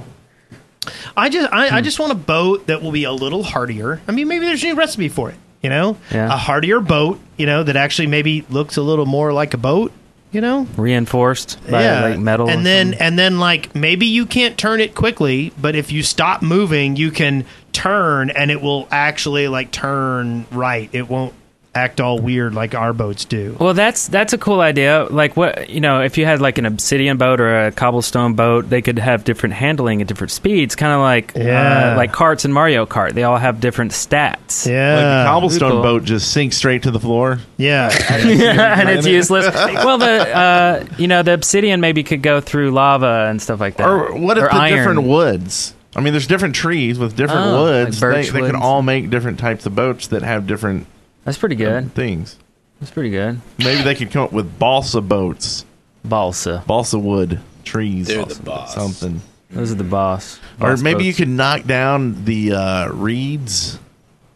E: I just I, I just want a boat that will be a little hardier. I mean, maybe there's a new recipe for it. You know,
F: Yeah.
E: a hardier boat. You know that actually maybe looks a little more like a boat. You know,
F: Reinforced by like metal. or
E: and then and then like maybe you can't turn it quickly, but if you stop moving, you can turn and it will actually like turn right. It won't act all weird like our boats do.
F: Well, that's that's a cool idea. Like what you know, if you had like an obsidian boat or a cobblestone boat, they could have different handling at different speeds, kind of like
E: Yeah.
F: uh, like carts in Mario Kart. They all have different stats.
D: Like the
E: Yeah,
D: cobblestone
F: cool.
D: boat just sinks straight to the floor.
E: yeah.
F: and it's useless. Well, the uh, you know the obsidian maybe could go through lava and stuff like that.
D: Or what if
F: Or
D: the
F: iron.
D: different woods? I mean, there's different trees with different
F: Oh, like
D: woods.
F: birch
D: they, they could
F: woods.
D: all make different types of boats that have different um,
F: That's pretty good.
D: things.
F: That's pretty good.
D: Maybe they could come up with balsa boats,
F: Balsa.
D: balsa wood trees,
J: They're the
D: balsa-
J: boss.
D: something.
F: Those are the boss.
D: Or
F: boss
D: maybe you
F: boats.
D: could knock down the uh, reeds,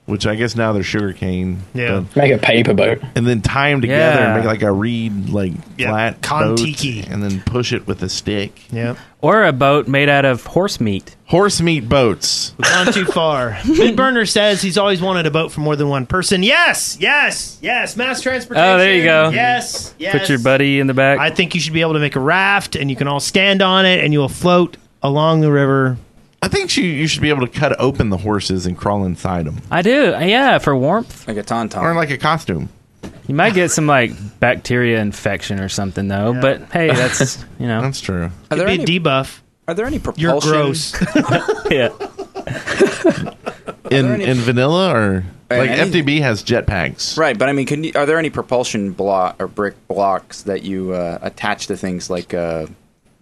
D: which I guess now they're sugarcane.
E: Yeah.
D: but-
H: Make a paper boat.
D: and then tie them together and
F: Yeah.
D: make like a reed, like
E: Yeah,
D: flat boat,
E: kon-tiki.
D: and then push it with a stick.
E: yeah.
F: or a boat made out of horse meat.
D: Horse meat boats.
E: Gone too far. Midburner says he's always wanted a boat for more than one person. Yes, yes, yes. Mass transportation.
F: Oh, there you go.
E: Yes, yes.
F: Put your buddy in the back.
E: I think you should be able to make a raft, and you can all stand on it, and you will float along the river.
D: I think you, you should be able to cut open the horses and crawl inside them,
F: I do. Yeah, for warmth.
G: Like a tauntaun.
D: or like a costume.
F: You might get some like bacteria infection or something though, but hey, that's you know,
D: That's true.
G: are,
E: It'd
G: there
E: be
G: any,
E: a debuff.
G: are there any
E: You're
G: propulsion?
E: gross.
F: yeah.
D: In
G: there any-
D: in vanilla or
G: Uh,
D: like
G: any-
D: FDB has jetpacks.
G: Right, but I mean, can you, are there any propulsion block or brick blocks that you uh, attach to things like uh,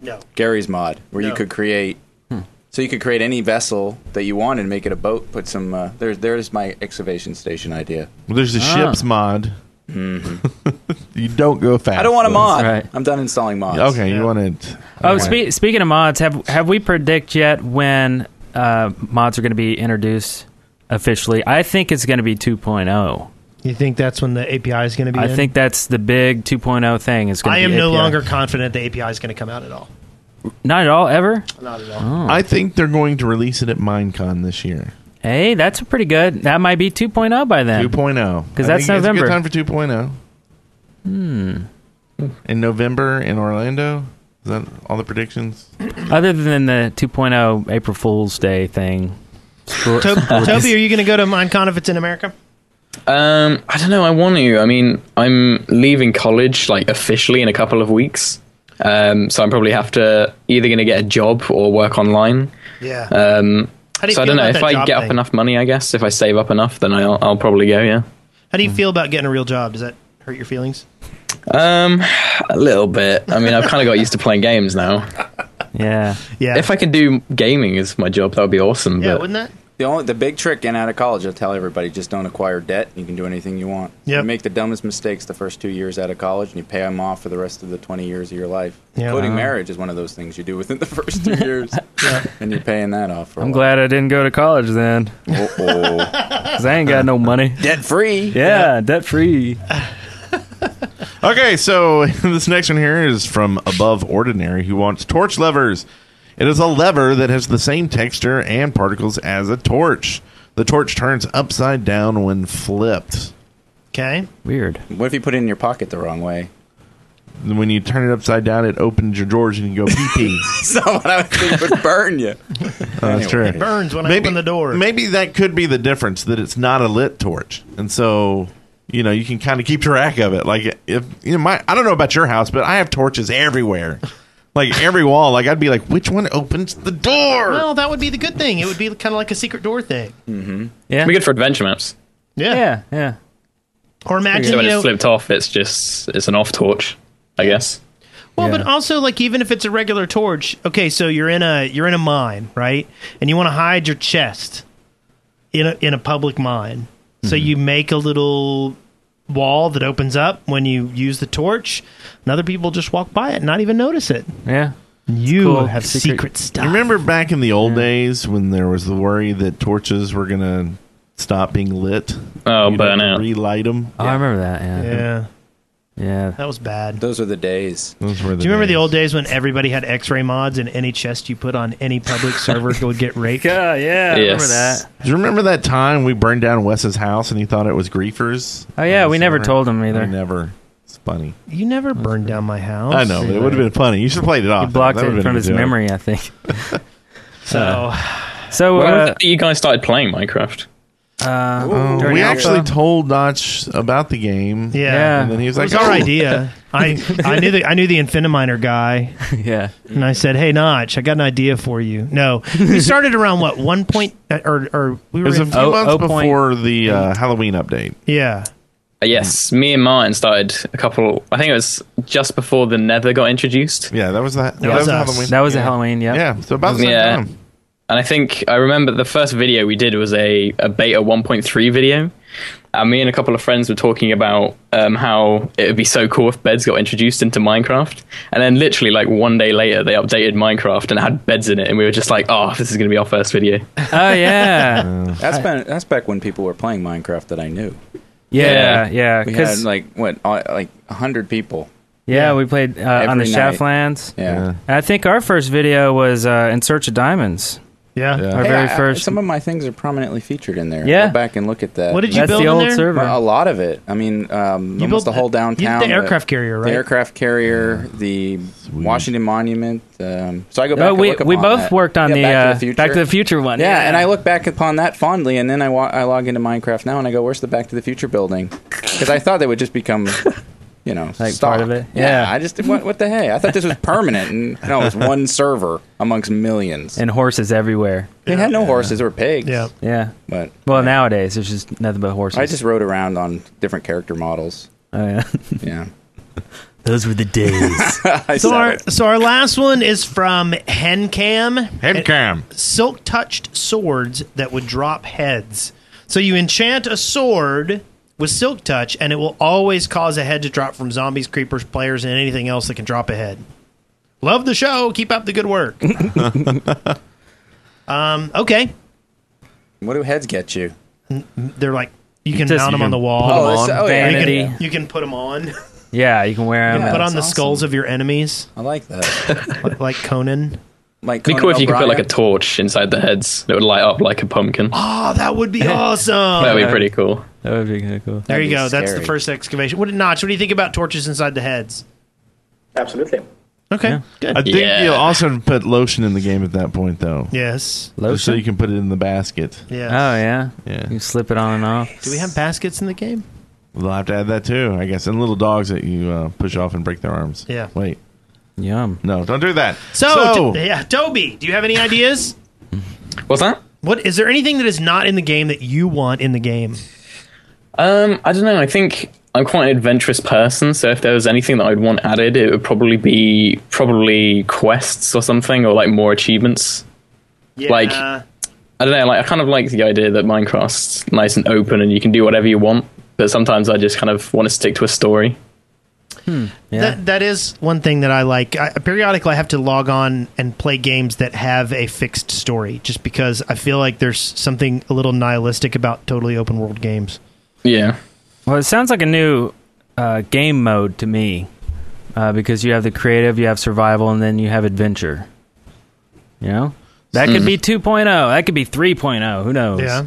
E: No.
G: Gary's mod, where you
E: No.
G: could create?
F: Hmm.
G: So you could create any vessel that you want and make it a boat. Put some. Uh, there's there's my excavation station idea.
D: There's the
G: Ah.
D: ships mod. you don't go fast.
G: Mm-hmm. I don't want a mod.
F: right.
G: I'm done installing mods.
D: Okay, you want it.
F: Oh,
D: okay.
F: spe- speaking of mods, have have we predict yet when uh, mods are going to be introduced officially? I think it's going to be 2.0.
E: You think that's when the API is going to be?
F: I
E: in?
F: think that's the big 2.0 thing. Is going
E: I
F: to
E: am
F: be
E: no
F: API.
E: longer confident the API is going to come out at all.
F: not at all ever.
E: Not at all.
D: I think they're going to release it at Minecon this year.
F: Hey, that's pretty good. That might be 2.0 by then.
D: 2.0.
F: 'Cause
D: oh. I
F: that's
D: think It's
F: November.
D: a good time for 2.0. Hmm. In November in Orlando? Is that all the predictions?
F: Other than the 2.0 April Fool's Day thing.
E: To- Toby, are you going to go to MineCon if it's in America?
H: Um, I don't know. I want to. I mean, I'm leaving college like officially in a couple of weeks. Um, so I'm probably have to either going to get a job or work online.
E: Yeah.
H: Um,
E: How do you
H: so
E: feel
H: I don't know
E: about
H: if
E: that
H: I
E: job
H: get
E: thing?
H: up enough money. I guess if I save up enough, then I'll I'll probably go. Yeah,
E: How do you feel about getting a real job? Does that hurt your feelings?
H: a little bit. I mean, I've kind of got used to playing games now.
F: Yeah.
E: Yeah.
H: If I could do gaming as my job, that would be awesome.
E: yeah,
H: but
E: wouldn't that?
G: The only the big trick in out of college, I'll tell everybody, just don't acquire debt. You can do anything you want.
E: Yep.
G: You make the dumbest mistakes the first two years out of college, and you pay them off for the rest of the twenty years of your life.
E: Yeah.
G: Including
F: Uh-huh.
E: Wow.
G: marriage is one of those things you do within the first two years, and you're paying that off. For a
F: I'm
G: while.
F: glad I didn't go to college then,
G: Uh-oh.
F: because I ain't got no money.
G: debt free.
F: Yeah, debt free.
D: Okay, so this next one here is from Above Ordinary, who wants torch levers. It is a lever that has the same texture and particles as a torch. The torch turns upside down when flipped.
E: Okay.
F: Weird.
G: What if you put it in your pocket the wrong way?
D: When you turn it upside down, it opens your drawers and you go pee pee.
G: so what I would think would burn you.
D: Oh, That's true.
G: Anyway.
E: Burns when I open the door.
D: Maybe that could be the difference that it's not a lit torch, and so you know you can kind of keep track of it. Like if you know, my, I don't know about your house, but I have torches everywhere. like every wall. Like I'd be like, which one opens the door?
E: Well, that would be the good thing. It would be kind of like a secret door thing.
F: Yeah.
H: It'd be good for adventure maps.
E: Yeah.
F: yeah, yeah.
E: Or imagine,
H: So when
E: you know,
H: it's flipped off, it's just it's an off torch, I guess.
E: Well, but
F: Yeah.
E: also like even if it's a regular torch, okay, so you're in a you're in a mine, right? And you want to hide your chest in a in a public mine. So
D: Mm-hmm.
E: you make a little wall that opens up when you use the torch, and other people just walk by it and not even notice it.
F: Yeah.
E: You
F: cool.
E: have secret,
F: Secret-
E: stuff.
D: You remember back in the old days when there was the worry that torches were gonna stop being lit? You'd
H: Oh,
D: have
H: burn
D: to
H: out.
D: Relight them.
F: Oh, I remember that. Yeah.
E: Yeah,
F: Yeah.
E: that was bad.
G: Those are the days.
D: Those were the
E: Do you remember the
D: days.
E: old days when everybody had X-ray mods and any chest you put on any public server would get raped?
F: Yeah, yeah, I remember
H: Yes.
F: that.
D: Do you remember that time we burned down Wes's house and he thought it was griefers?
F: Oh yeah,
D: On the
F: we never
D: summer?
F: told him
D: We
F: either.
D: never. It's funny.
E: You never burned down my house.
D: I know, but it would have been funny. You should have played it off.
F: He blocked
D: That
F: it
D: would've been
F: from
D: a
F: his
D: good joke.
F: memory, I think.
E: So
F: So
H: When was
F: uh,
H: it that you guys started playing Minecraft?
F: uh,
D: Oh,
F: during
D: we
F: Alpha-
D: actually told Notch about the game.
E: yeah.
D: And then he was
E: It
D: like,
E: was our
D: "Oh."
E: idea. I I knew the I knew the Infiniminer guy,
F: yeah,
E: and I said, "Hey, Notch, I got an idea for you." No, we started around what one point uh, or or we
D: It
E: were
D: was a
E: in,
D: few
F: Oh,
D: months
F: oh point
D: before the uh, Halloween update.
E: yeah
H: Uh, yes, me and Martin started a couple. I think it was just before the Nether got introduced,
D: Yeah, that was that.
E: was us.
D: Halloween.
F: that was
D: yeah.
F: a Halloween. Yeah,
D: Yeah, so about the same
H: Yeah.
D: time.
H: and I think I remember the first video we did was a, a beta 1.3 video, and me and a couple of friends were talking about um, how it would be so cool if beds got introduced into Minecraft, and then literally like one day later they updated Minecraft and it had beds in it, and we were just like, oh, this is gonna be our first video.
F: Oh yeah,
G: That's been that's back when people were playing Minecraft that I knew.
F: yeah,
H: Yeah.
F: yeah.
G: We
F: 'cause-
G: had like what uh, like hundred people.
F: yeah, we played uh, on the
G: Every night.
F: Shaftlands.
G: Yeah.
F: And I think our first video was uh, in search of diamonds.
E: yeah.
D: Yeah.
F: Our
G: Hey,
F: very
G: I- I-
F: first.
G: some of my things are prominently featured in there.
F: Yeah.
G: Go back and look at that.
E: What did you
F: that's
E: build
F: the
E: in
F: old
E: there?
F: server.
G: Well, a lot of it. I mean, um,
E: You
G: almost
E: built
G: the whole
E: the- you did
G: downtown.
E: the aircraft carrier, right?
G: The aircraft carrier, the Washington Monument. Um, so I go back.
F: Oh,
G: and
F: we
G: look
F: we
G: upon
F: both
G: that.
F: worked on
G: Yeah,
F: the,
G: Back,
F: uh,
G: to the future.
F: Back to the Future one.
G: Yeah, and I look back upon that fondly, and then I, wa- I log into Minecraft now and I go, "Where's the Back to the Future building?" Because I thought they would just become, you know,
F: Like
G: stock.
F: part of it?
G: Yeah,
F: Yeah.
G: I just what, what the hey? I thought this was permanent, and no, it was one server amongst millions.
F: and horses everywhere.
G: they had no horses or pigs.
E: Yeah.
F: Yeah.
G: but
F: Well, nowadays there's just nothing but horses.
G: I just rode around on different character models.
F: Oh, yeah.
G: Yeah.
F: Those were the days.
G: I
E: So
G: said
E: our
G: it.
E: so our last one is from Hencam.
D: Head cam.
E: silk touched swords that would drop heads. So you enchant a sword with silk touch, and it will always cause a head to drop from zombies, creepers, players, and anything else that can drop a head. Love the show. Keep up the good work. um, okay,
G: What do heads get you?
E: they're like you can
F: Just-
E: mount
F: you
E: them on
F: can
E: the
G: Oh,
E: wall.
G: it's-
F: on
G: oh,
E: you,
G: yeah, you
F: vanity.
E: can, you can put them on. You
F: yeah, you can wear
E: can
F: them.
G: Yeah.
E: put on the
G: that's
E: skulls of your enemies,
G: I like that.
E: like, like Conan.
G: Like
H: It'd be
G: Conan
H: cool if you could put like a
G: O'Brien.
H: torch inside the heads that would light up like a pumpkin.
E: Oh, that would be awesome.
H: That'd be pretty cool.
F: That would be kind of cool.
E: there you
G: That'd
E: go.
G: be
E: That's the
G: scary.
E: first excavation. What notch? What do you think about torches inside the heads?
I: Absolutely.
E: Okay, good.
D: I think
H: Yeah.
D: you also put lotion in the game at that point, though.
E: yes.
D: Just so
F: Lotion.
D: you can put it in the basket.
E: Yes.
F: Oh yeah.
D: Yeah.
F: You can slip it on and off.
E: Do we have baskets in the game?
D: We'll have to add that too, I guess. And little dogs that you uh, push off and break their arms.
E: Yeah.
D: Wait.
F: Yum.
D: No, don't do that.
E: So, To- yeah, Toby, do you have any ideas?
H: What's that?
E: what is there anything that is not in the game that you want in the game?
H: Um, I don't know. I think I'm quite an adventurous person, so if there was anything that I'd want added, it would probably be probably quests or something, or like more achievements.
E: Yeah.
H: Like- I don't know. Like I kind of like the idea that Minecraft's nice and open, and you can do whatever you want. But sometimes I just kind of want to stick to a story.
F: Yeah.
E: that, that is one thing that I like. I, periodically, I have to log on and play games that have a fixed story, just because I feel like there's something a little nihilistic about totally open world games.
H: Yeah.
F: Well, it sounds like a new uh, game mode to me uh, because you have the creative, you have survival, and then you have adventure. You know?
G: Mm-hmm.
F: That could be 2.0. That could be 3.0. Who knows?
E: Yeah.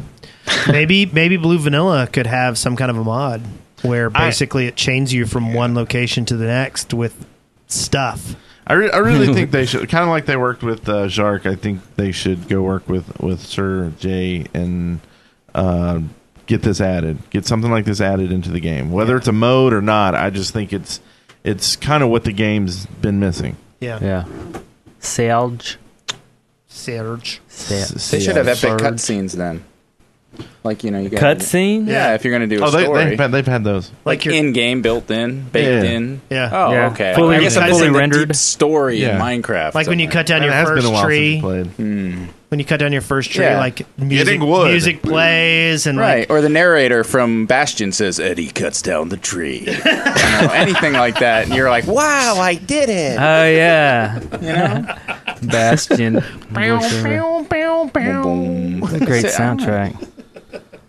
E: maybe maybe Blue Vanilla could have some kind of a mod where
D: I-
E: basically it chains you from one location to the next with stuff.
D: I, re- I really think they should, kind of like they worked with uh, Jark, I think they should go work with, with Sir Jay and uh, get this added. Get something like this added into the game. Whether it's a mode or not, I just think it's it's kind of what the game's been missing.
A: Yeah.
F: Yeah. Salge.
A: Serge.
G: They should have epic cutscenes then. Like you know, you got
F: cutscene.
G: Yeah, if you're gonna do a
D: Oh, they,
G: story,
D: they've, had, they've had those.
G: like
A: your-
G: in game, built in, baked
D: Yeah.
G: in.
A: Yeah.
G: Oh,
F: Yeah.
G: okay.
F: Fully-
G: I guess I'm
F: fully
G: missing the
F: rendered.
G: deep story
D: Yeah.
G: in Minecraft.
E: Like when you
G: I'm
E: cut down
D: It
E: your
D: has been a
E: first
D: while since
E: tree.
D: you played.
G: Hmm.
E: When you cut down your first tree,
G: Yeah.
E: like music,
D: Getting wood.
E: music plays and
G: Right,
E: like
G: or the narrator from Bastion says Eddie cuts down the tree, You know, anything like that, and you're like, "Wow, I did it!"
F: Oh yeah. Bastion. Voiceover.
G: Boom, boom.
F: Great soundtrack.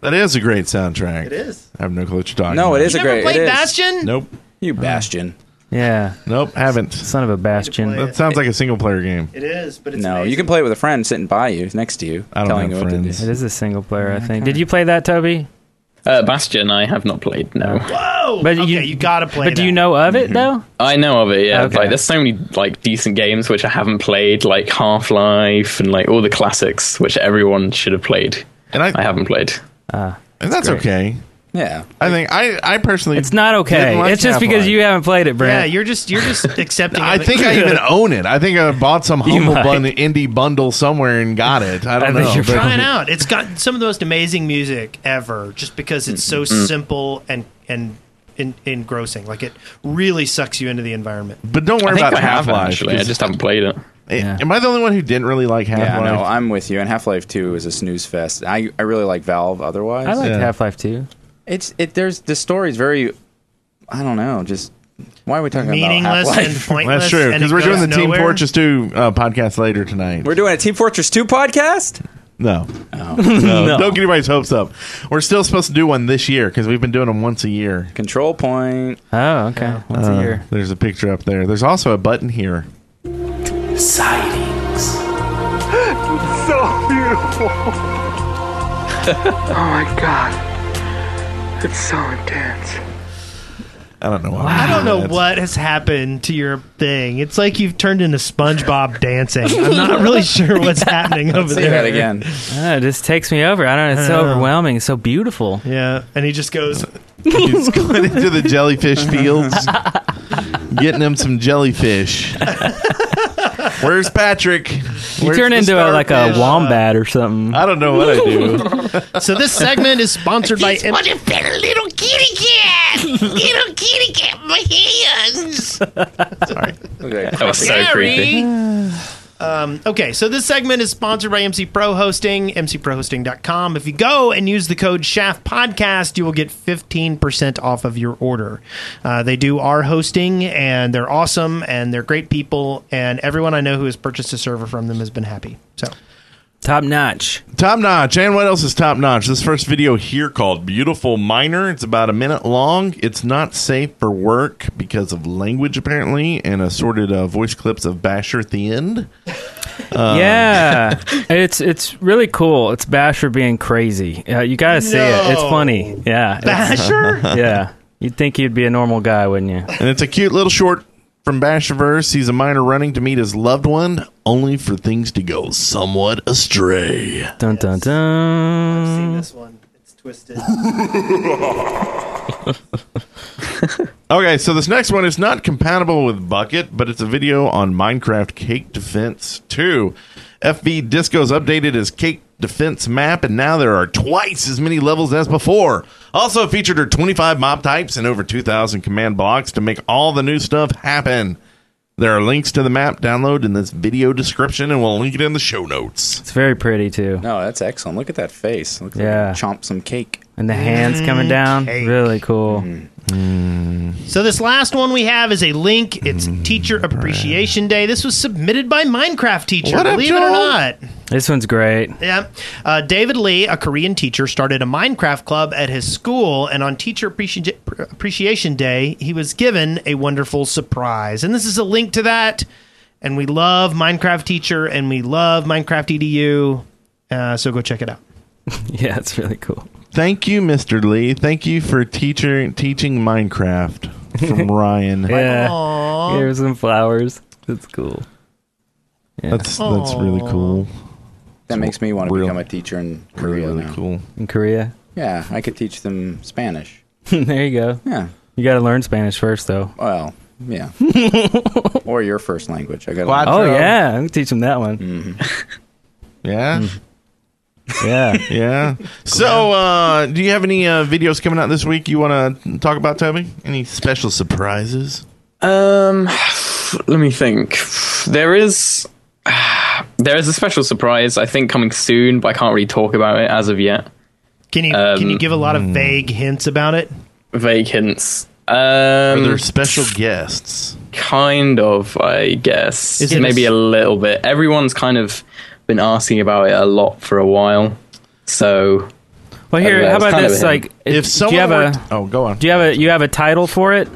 D: That is a great soundtrack. It is. I have no clue what you're talking
G: No, it
D: about.
G: is a
E: you ever
G: great.
E: played
G: it is.
E: Bastion?
D: Nope.
G: You Bastion.
F: Yeah.
D: Nope. Haven't.
F: Son of a Bastion.
D: That sounds like a single player game.
E: It is, but it's
G: No,
E: amazing.
G: you can play it with a friend sitting by you, next to you,
D: I don't
G: telling
D: have
G: you what
D: friends.
G: to
F: It
G: do.
F: is a single player, I think. Did you play that, Toby?
H: Uh, Bastion, I have not played. No,
E: Whoa!
F: But
E: Oh, okay,
F: you-
E: you, gotta play.
F: But do Mm-hmm. you
E: that.
F: know of it though?
H: I know of it. Yeah,
F: Okay.
H: like there's so many like decent games which I haven't played, like Half Life and like all the classics which everyone should have played.
D: And I,
H: I haven't played.
D: and that's okay.
G: Yeah,
D: I think I, I personally
F: It's not okay.
D: didn't like
F: it's just because
D: Half-Life.
F: you haven't played it,
E: Yeah,
F: Brent.
E: you're just you're just accepting.
D: I
E: of it.
D: think I even own it. I think I bought some
F: You
D: humble
F: might.
D: bun indie bundle somewhere and got it. I don't
F: I think
D: know.
F: you're
D: but-
E: trying out. It's got some of the most amazing music ever, just because it's so
D: Mm-hmm.
E: simple and and. en- engrossing like it really sucks you into the environment
D: But don't worry
H: I think
D: about
H: I have
D: Half Life.
H: actually. I just haven't played it.
D: Am I the only one who didn't really like Half
G: yeah.
D: Life?
G: No, I'm with you. And Half Life Two is a snooze fest. I, I really like Valve. Otherwise,
F: I liked
D: Yeah.
F: Half Life 2.
G: it's it. There's the story's very. I don't know. Just why are we talking
E: meaningless
G: about Half
E: and
G: Life?
E: pointless
D: That's true.
E: and
D: Because
E: it
D: we're doing the
E: goes
D: Team
E: nowhere.
D: Fortress 2 uh, podcast later tonight.
G: We're doing a Team Fortress Two podcast.
D: no. no. Don't get anybody's hopes up. We're still supposed to do one this year because we've been doing them once a year.
G: Control point.
F: Oh, okay. Once a year.
D: There's a picture up there. There's also a button here. I don't know why.
E: I don't know what has happened to your thing. It's like you've turned into SpongeBob dancing. I'm not really sure what's happening over
G: Say
E: there.
G: that again.
F: Oh, it just takes me over. I don't know. It's so overwhelming. It's so beautiful.
E: Yeah, and he just goes.
D: He's going into the jellyfish fields, getting him some jellyfish. Where's Patrick?
F: You turn into a, like a wombat or something.
D: I don't know what I do.
E: So this segment is sponsored by. M-
G: Okay.
H: That was so creepy.
E: Um, okay, so this segment is sponsored by MC Pro Hosting, mcprohosting.com. If you go and use the code Shaft Podcast, you will get 15% off of your order. Uh, they do our hosting, and they're awesome, and they're great people, and everyone I know who has purchased a server from them has been happy. So.
F: Top notch.
D: Top notch. And what else is top notch? This first video here called Beautiful Minor. It's about a minute long. It's not safe for work because of language, apparently, and assorted uh, voice clips of Basher at the end.
F: yeah, it's it's really cool. It's Basher being crazy. Uh, you gotta see it. It's
E: No.
F: funny. Yeah, it's-
E: Basher?
F: yeah. You'd think you'd be a normal guy, wouldn't you?
D: And it's a cute little short from Basherverse. He's a minor running to meet his loved one, only for things to go somewhat astray.
F: Dun dun dun.
E: seen this one. It's twisted.
D: Okay, so this next one is not compatible with Bucket, but it's a video on Minecraft Cake Defense 2. FV Disco's updated his Cake Defense map, and now there are twice as many levels as before. Also featured are 25 mob types and over 2,000 command blocks to make all the new stuff happen. There are links to the map download in this video description, and we'll link it in the show notes.
F: It's very pretty too,
G: No, that's excellent. Look at that face. Looks
F: Yeah.
G: like he chomped some cake.
F: and the hands
H: Mm,
F: coming down. Really cool.
E: so this last one we have is a link. It's
D: Mm,
E: Teacher Appreciation Day. This was submitted by Minecraft Teacher.
D: What up,
E: believe it or
D: Joel?
E: not.
F: This one's great.
E: Yeah. Uh, David Lee, a Korean teacher, started a Minecraft club at his school, and on Teacher Appreci- Appreciation Day, he was given a wonderful surprise. And this is a link to that. And we love Minecraft Teacher, and we love Minecraft EDU. Uh, so go check it out.
F: Yeah, it's really cool.
D: Thank you, Mr. Lee. Thank you for teacher teaching Minecraft from Ryan.
F: Yeah, here's some flowers. It's cool.
D: That's that's really cool.
G: That makes me want to
D: real-
G: become a teacher in
D: Really,
G: Korea. now.
D: cool.
F: In Korea.
G: Yeah, I could teach them Spanish.
F: there you go.
G: Yeah.
F: You got to learn Spanish first, though.
G: Well, Yeah. or your first language. I got.
D: Quad-
F: Oh
D: True.
F: yeah, I'm gonna teach them that
H: Mm.
F: one.
D: Yeah.
F: Yeah.
D: Yeah. So, uh, do you have any uh, videos coming out this week you want to talk about, Toby? Any special surprises?
H: Um, let me think. There is there is a special surprise I think coming soon, but I can't really talk about it as of yet.
E: Can you can you give a lot of vague hints about it?
H: Vague hints.
D: Are
H: Um,
F: Mm.
D: there special guests?
H: kind of, I guess.
E: Is it
H: Maybe
E: a
H: a
E: s-
H: little bit. Everyone's kind of been asking about it a lot for a while. So
F: Well,
H: Uh,
F: here,
H: yeah,
F: how
H: it's
F: about
H: kind of
F: this?
H: him.
F: Like,
D: If
F: do
D: someone
F: you have
D: were-
F: a
D: oh, go on.
F: do you have a you have a title for it?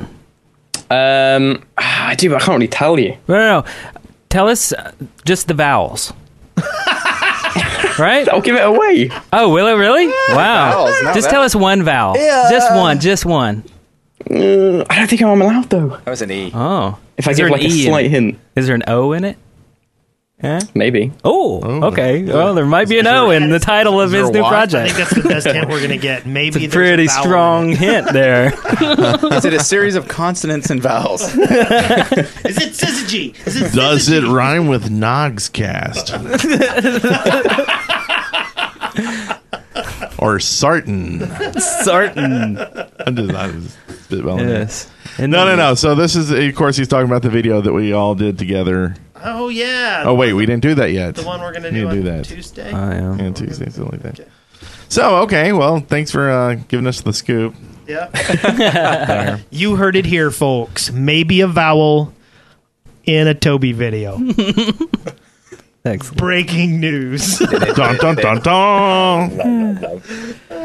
H: um, I do, but I can't really tell you.
F: No, no, no. Tell us uh, just the vowels. right?
H: I'll give it away.
F: Oh, will it really? Wow.
G: Vowels, not
F: just tell us one vowel. Just one. Just one.
H: Uh, I don't think I'm allowed though.
G: that was an E.
F: Oh.
H: If I
F: Is there
H: give
F: an
H: like a
F: E in
H: slight
F: it?
H: hint,
F: Is there an O in it? Eh?
H: maybe.
F: Oh, okay. Well, there might be an
D: there-
F: O in the title of
D: there
F: his
D: a
F: new
D: Y?
E: I think
F: project.
E: that's the best hint we're gonna get. Maybe there's a
F: Pretty
E: vowel in
F: strong hint there.
G: Is it a series of consonants and vowels?
E: it. Is it syzygy? Is it
D: Does it rhyme with Nogscast? or Sartan?
F: Certain.
D: I just- I was spitballing.
F: Yes. And
D: No, no, no. So this is, of course, he's talking about the video that we all did together.
E: Oh yeah.
D: Oh wait, we didn't do that yet.
E: the one we're gonna
D: We
E: do
D: didn't
E: on
D: that.
E: Tuesday.
F: I am.
D: Yeah, Tuesday, something like that. So okay, well, thanks for uh, giving us the scoop.
E: Yeah. you heard it here, folks. Maybe a vowel in a Toby video.
F: Excellent.
E: Breaking news.
D: dun, dun, dun, dun.
F: All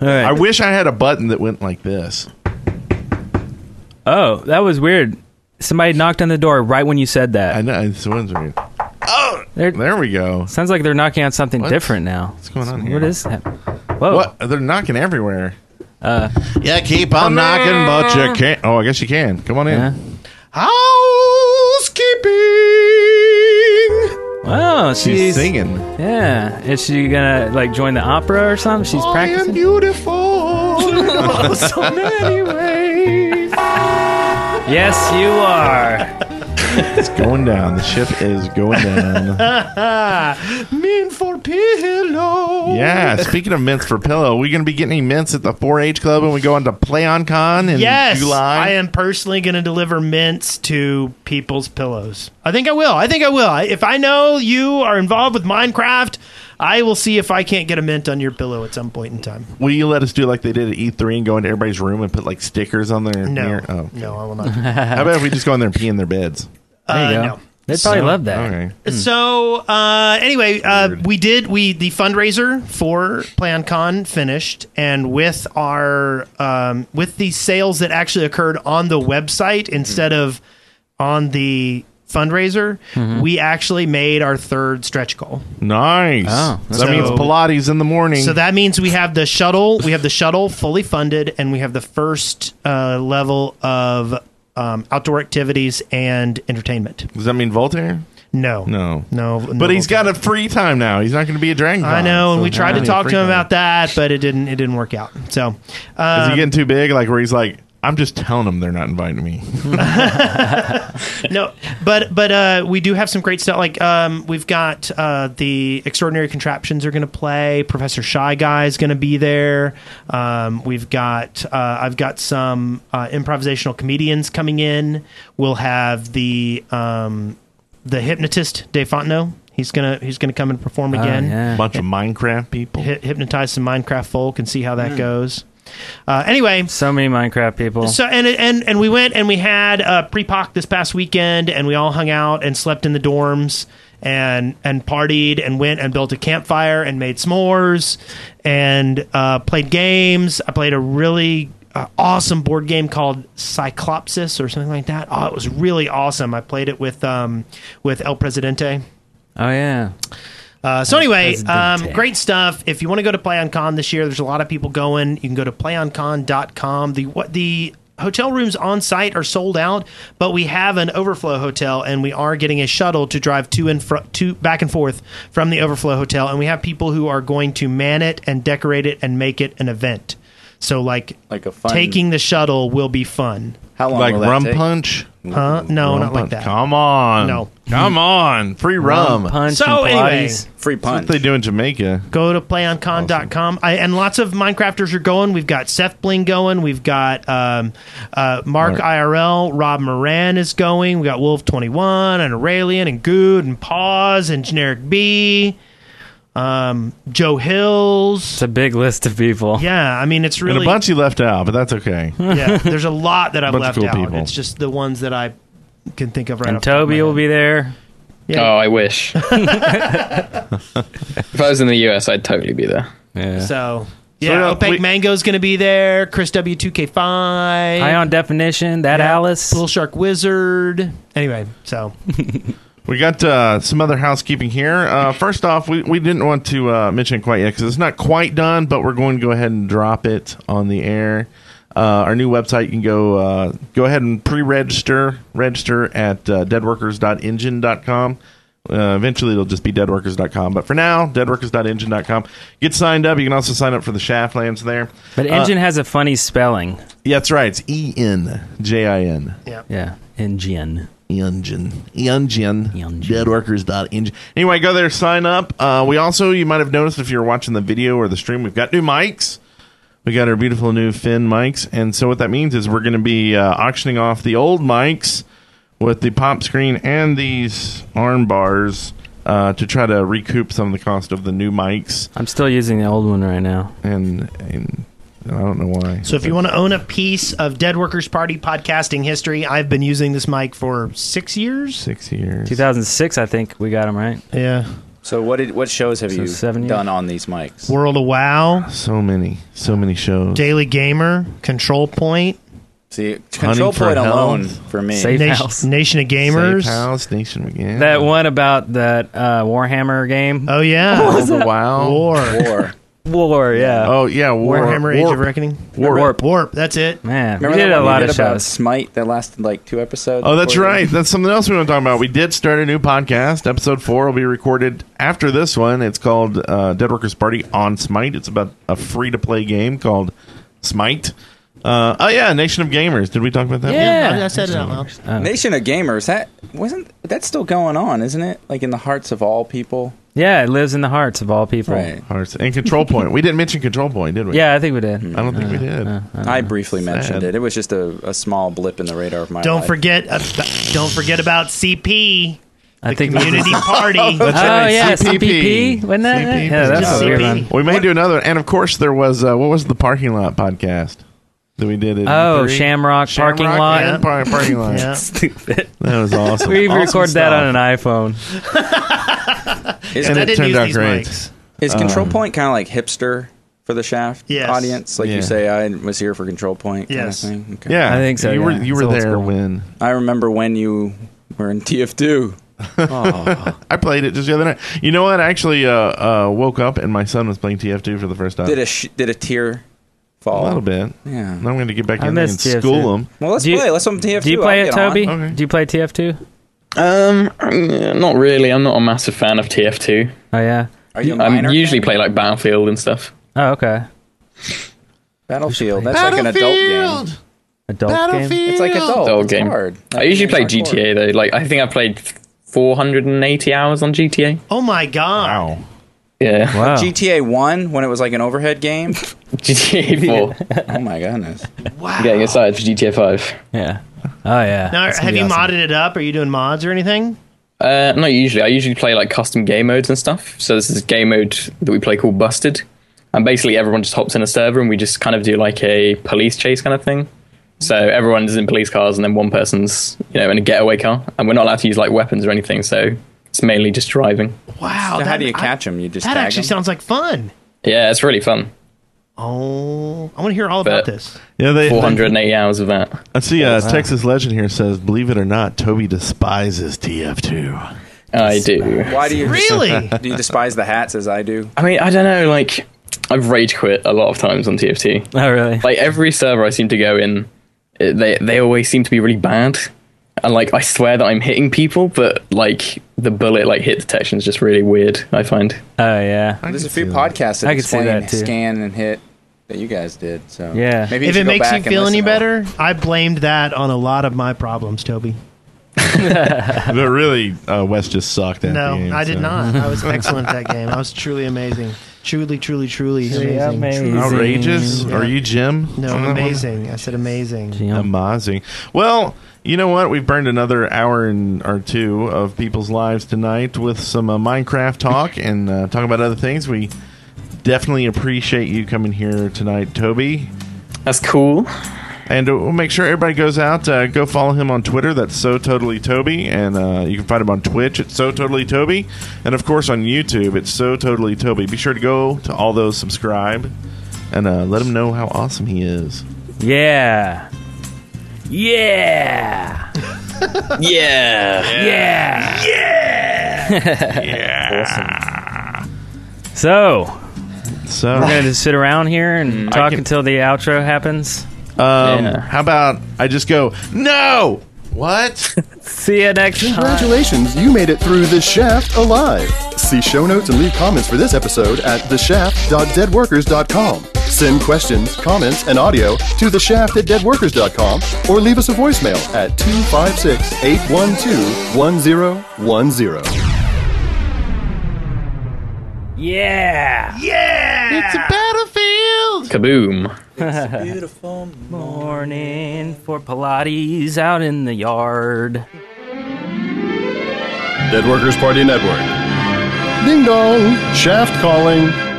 F: right.
D: I wish I had a button that went like this.
F: oh, that was weird. Somebody knocked on the door right when you said
D: I
F: that.
D: know this one's weird.
F: They're-
D: There we go.
F: Sounds like they're knocking on something
D: What?
F: different now.
D: What's going on here?
F: What is that? Whoa.
D: What? They're knocking everywhere. Uh, yeah, keep on knocking, but you can't. Oh, I guess you can. Come on in.
F: Yeah.
D: Housekeeping.
F: Oh, she's,
D: She's singing.
F: Yeah. Is she gonna like join the opera or something? She's
E: Oh,
F: practicing.
D: beautiful.
F: Yes, you are.
D: it's going down. The ship is going down.
E: Mean for pillow.
D: yeah. Speaking of mints for pillow, we going to be getting any mints at the 4-H club when we go on to Play On Con in
E: Yes, I
D: July.
E: am personally going to deliver mints to people's pillows. I think I will. I think I will. I- If I know you are involved with Minecraft, I will see if I can't get a mint on your pillow at some point in time.
D: Will you let us do like they did at E3 and go into everybody's room and put like stickers on their
E: No,
D: mirror? Oh.
E: no, I will not.
D: How about if we just go in there and pee in their beds?
F: There you
E: Uh,
F: go.
E: no.
F: They'd probably love that.
D: Okay.
E: So uh, anyway, uh, we did we the fundraiser for PlanCon finished, and with our um, with the sales that actually occurred on the website instead of on the fundraiser, we actually made our third stretch goal.
D: Nice.
F: Oh,
D: that
F: that's
D: means
E: cool.
D: Pilates in the morning.
E: So that means we have the shuttle, we have the shuttle fully funded, and we have the first uh, level of um, outdoor activities and entertainment.
D: Does that mean Voltaire?
E: No,
D: No.
E: no,
D: But
E: no,
D: he's got a free time now. He's not going to be a dragon.
E: I
D: Con,
E: know, and
D: so
E: we
D: he's
E: tried to
D: not
E: talk
D: a
E: to him
D: free
E: about that, but it didn't. It didn't work out. So,
D: con. Is
E: uh,
D: he getting too big? Like where he's like, I'm just telling them they're not inviting me.
E: no, but but uh, we do have some great stuff. Like um, we've got uh, the extraordinary contraptions are going to play. Professor Shy Guy is going to be there. Um, we've got uh, I've got some uh, improvisational comedians coming in. We'll have the um, the hypnotist Dave Fontenot. He's gonna he's gonna come and perform
F: Oh,
E: again.
F: yeah.
D: Bunch of Minecraft people.
E: Hy- hypnotize some Minecraft folk and see how
F: Hmm.
E: that goes. Uh, anyway,
F: So many Minecraft people.
E: So and and and we went and we had uh, pre-poc this past weekend, and we all hung out and slept in the dorms and and partied and went and built a campfire and made s'mores and uh, played games. I played a really uh, awesome board game called Cyclopsis or something like that. Oh, it was really awesome. I played it with um, with El Presidente.
F: oh yeah.
E: Uh, so anyway,
F: Presidente.
E: um, great stuff. If you want to go to PlayOnCon this year, there's a lot of people going. You can go to playoncon.com. The what the hotel rooms on site are sold out, but we have an overflow hotel, and we are getting a shuttle to drive to and fro- to back and forth from the overflow hotel, and we have people who are going to man it and decorate it and make it an event. So like,
G: Like a fun-
E: taking the shuttle will be fun.
G: How long
D: Like
G: will that
D: rum
G: take?
D: punch?
E: Huh? No,
D: Rum
E: not like
D: punch.
E: that.
D: Come on.
E: No.
D: Come on. Free rum.
E: Um,
F: Punch
E: So
F: and
E: anyway,
F: Pilates.
G: Free punch.
D: What they do in Jamaica.
E: go to playoncon.com I, and lots of minecrafters are going we've got seth bling going we've got um, uh, mark, irl rob moran is going we got wolf 21 and aurelian and good and pause and generic b um, joe hills
F: It's a big list of people.
E: yeah i mean it's
D: And
E: really
D: a bunch you left out, but that's okay.
E: yeah there's a lot that i've
D: bunch of
E: left
D: cool
E: out
D: people.
E: it's just the ones that i can think of right
F: And
E: off the top of
F: Toby
E: my
F: will be
E: head.
F: there.
E: Yeah.
H: Oh, I wish. if I was in the US, I'd totally be there.
F: Yeah.
E: so
D: So,
E: yeah
D: uh,
E: opaque
D: we-
E: mango's gonna be there chris w2k5
F: High on definition. That Alice.
E: Little Shark Wizard. Anyway, so
D: We got uh, some other housekeeping here. Uh, first off, we, we didn't want to uh, mention it quite yet because it's not quite done, but we're going to go ahead and drop it on the air. Uh, our new website, you can go uh, go ahead and pre-register. Register at uh, deadworkers.engine.com. Uh, eventually, it'll just be deadworkers.com. But for now, deadworkers.engine.com. Get signed up. You can also sign up for the Shaftlands there.
F: But
D: Uh,
F: engine has a funny spelling.
D: yeah, that's right. It's E E-N-J-I-N.
F: Yeah. Engine.
D: Engine. Engine.
F: Engine.
D: Deadworkers.engine. Anyway, go there, sign up. Uh, we also, you might have noticed if you're watching the video or the stream, we've got new mics. We got our beautiful new Finn mics. And so what that means is we're going to be uh, auctioning off the old mics with the pop screen and these arm bars uh, to try to recoup some of the cost of the new mics.
F: I'm still using the old one right now.
D: And, and I don't know why.
E: so if you want to own a piece of Dead Workers Party podcasting history, I've been using this mic for six years.
D: Six years.
F: 2006, I think we got them right.
E: Yeah,
G: So what did what shows have
F: So
G: you
F: seven years?
G: done on these mics?
E: World of Wow,
D: So many. So many shows.
E: Daily Gamer, Control Point,
G: See, control
D: for
G: point alone
D: health.
G: for me.
F: Safe
E: Nation,
F: House.
E: Nation of Gamers.
D: Safe House, Nation Again.
F: That one about that uh, Warhammer game.
E: Oh yeah,
D: Over WoW.
E: War,
G: War.
F: War, yeah.
D: Oh yeah, War,
E: Warhammer Age
D: Warp.
E: of Reckoning,
F: Warp. Warp.
E: Warp. That's it.
F: Man,
G: Remember
F: we did
G: that
F: a
G: one
F: lot
G: we
F: of
G: did about
F: shows.
G: Smite that lasted like two episodes?
D: Oh, that's
G: before you-
D: right. That's something else we want to talk about. We did start a new podcast. Episode four will be recorded after this one. It's called uh, Dead Workers Party on Smite. It's about a free to play game called Smite. Uh, oh yeah, Nation of Gamers. Did we talk about that?
F: Yeah.
E: I, I said it out loud.
G: Nation of Gamers. That wasn't. That's still going on, isn't it? Like in the hearts of all people.
F: Yeah, it lives in the hearts of all people.
G: Right.
D: Hearts. And Control Point. We didn't mention Control Point, did we?
F: Yeah, Uh, I think we did. Oh,
D: I don't think we did.
G: I briefly
D: Sad.
G: mentioned it. It was just a, a small blip in the radar of my.
E: Don't
G: life.
E: forget, uh, don't forget about CP,
F: I
E: the
F: think we
E: community party.
F: Oh yeah,
D: CPP.
F: CPP. Wasn't that?
D: CPP.
F: Yeah, that's
E: Just
F: a weird
E: CPP.
F: one.
D: we may do another. And of course, there was uh, what was the parking lot podcast that we did? in
F: Oh,
D: three?
F: Shamrock, parking
D: Shamrock
F: lot.
D: and par- parking lot.
E: Yeah.
F: Stupid.
D: That was awesome.
F: We
D: Awesome
F: record that
D: stuff.
F: on an iPhone.
G: Is,
D: And
E: I
D: it
E: didn't
D: turned
E: use
D: out
E: these
D: great.
E: mics.
G: is Control
F: um,
G: Point kind of like hipster for the Shaft
E: Yes.
G: audience? Like
D: Yeah.
G: you say, I was here for Control Point. Kind
E: Yes.
G: Of thing? Okay.
D: Yeah,
F: I think so,
D: You were
F: yeah.
D: you
F: It's
D: were
F: old
D: there
F: school.
D: when
G: I remember when you were in TF2.
D: I played it just the other night. You know what? I actually uh, uh, woke up and my son was playing TF2 for the first time.
G: Did a sh- did a tear fall?
D: a little bit.
G: Yeah.
D: Now I'm going to get back
F: I
D: in there and
F: missed TF2.
D: school him.
G: Well, let's
F: Do you-
G: play. Let's on TF2.
F: Do you play
G: I'll
F: it,
G: get on.
F: Toby?
D: Okay.
F: Do you play TF2?
H: Um, yeah, not really. I'm not a massive fan of TF2.
F: Oh yeah.
G: Are you a
H: I
G: minor
H: usually
G: fan?
H: play like Battlefield and stuff.
F: Oh okay.
G: Battlefield. That's like an adult game.
F: Adult game.
G: It's like adult.
H: Adult
G: it's
H: game.
G: Hard.
H: I usually play GTA though. Like I think I played 480 hours on GTA.
E: Oh my god!
D: Wow.
H: Yeah,
F: Wow.
G: GTA One when it was like an overhead game.
H: GTA 4.
G: oh my goodness.
H: Getting excited for GTA 5.
F: Yeah. Oh yeah.
E: Now,
F: That's gonna
E: have
F: be
E: you
F: awesome.
E: modded it up? Are you doing mods or anything?
H: Uh, not usually. I usually play like custom game modes and stuff. So this is a game mode that we play called Busted, and basically everyone just hops in a server and we just kind of do like a police chase kind of thing. So everyone is in police cars and then one person's you know in a getaway car, and we're not allowed to use like weapons or anything. So it's mainly just driving.
E: Wow!
G: So how
E: that-
G: do you
E: I-
G: catch them? You just
E: That
G: tag
E: actually
G: 'em?
E: sounds like fun.
H: Yeah, it's really fun.
E: Oh, I want to hear all about
H: But-
E: this.
D: Yeah, they.
H: 480 hours of that.
D: I see. Uh, Texas Legend here says, "Believe it or not, Toby despises TF2."
H: I do.
G: Why do you
E: Really?
G: Do you despise the hats as I do?
H: I mean, I don't know. Like I've rage quit a lot of times on TFT.
F: Oh really?
H: like every server I seem to go in, it- they they always seem to be really bad. And like I swear that I'm hitting people, but like the bullet like hit detection is just really weird. I find.
F: Oh yeah.
G: There's
D: can
G: a few
D: see that.
G: podcasts that
F: I can see
G: explain
F: that, too.
G: scan and hit. that you guys did. So
F: Yeah.
G: maybe you
E: If
G: should
E: it
G: go
E: makes
G: back
E: you
G: and
E: feel any
G: listen to all-
E: better, I blamed that on a lot of my problems, Toby.
D: but really, uh, West just sucked at
E: No,
D: the end,
E: I did
D: so.
E: not. I was excellent at that game. I was truly amazing. Truly, truly, truly amazing.
F: amazing.
D: Outrageous?
E: Yeah.
D: Are you Jim?
E: No,
D: on that one?
E: amazing. I said amazing.
F: Oh.
D: Amazing. Well, you know what? We've burned another hour and or two of people's lives tonight with some uh, Minecraft talk and uh, talk about other things. We definitely appreciate you coming here tonight, Toby.
H: That's cool.
D: And uh, we'll make sure everybody goes out. Uh, go follow him on Twitter. That's so totally Toby, and uh, you can find him on Twitch at so totally Toby, and of course on YouTube it's so totally Toby. Be sure to go to all those subscribe, and uh, let him know how awesome he is.
F: Yeah. Yeah.
H: Yeah.
F: Yeah. Yeah. awesome. So,
D: So.
F: we're going to just sit around here and talk
D: can-
F: until the outro happens.
D: Um,
H: Yeah.
D: How about I just go, no! What?
F: See you next time.
C: Congratulations, you made it through The Shaft alive. See show notes and leave comments for this episode at theshaft.deadworkers.com. Send questions, comments, and audio to theshaft at deadworkers.com or leave us a voicemail at 256 812 1010.
F: Yeah.
H: Kaboom.
F: Morning for Pilates out in the yard.
C: Deadworkers Party Network. Ding dong, Shaft calling.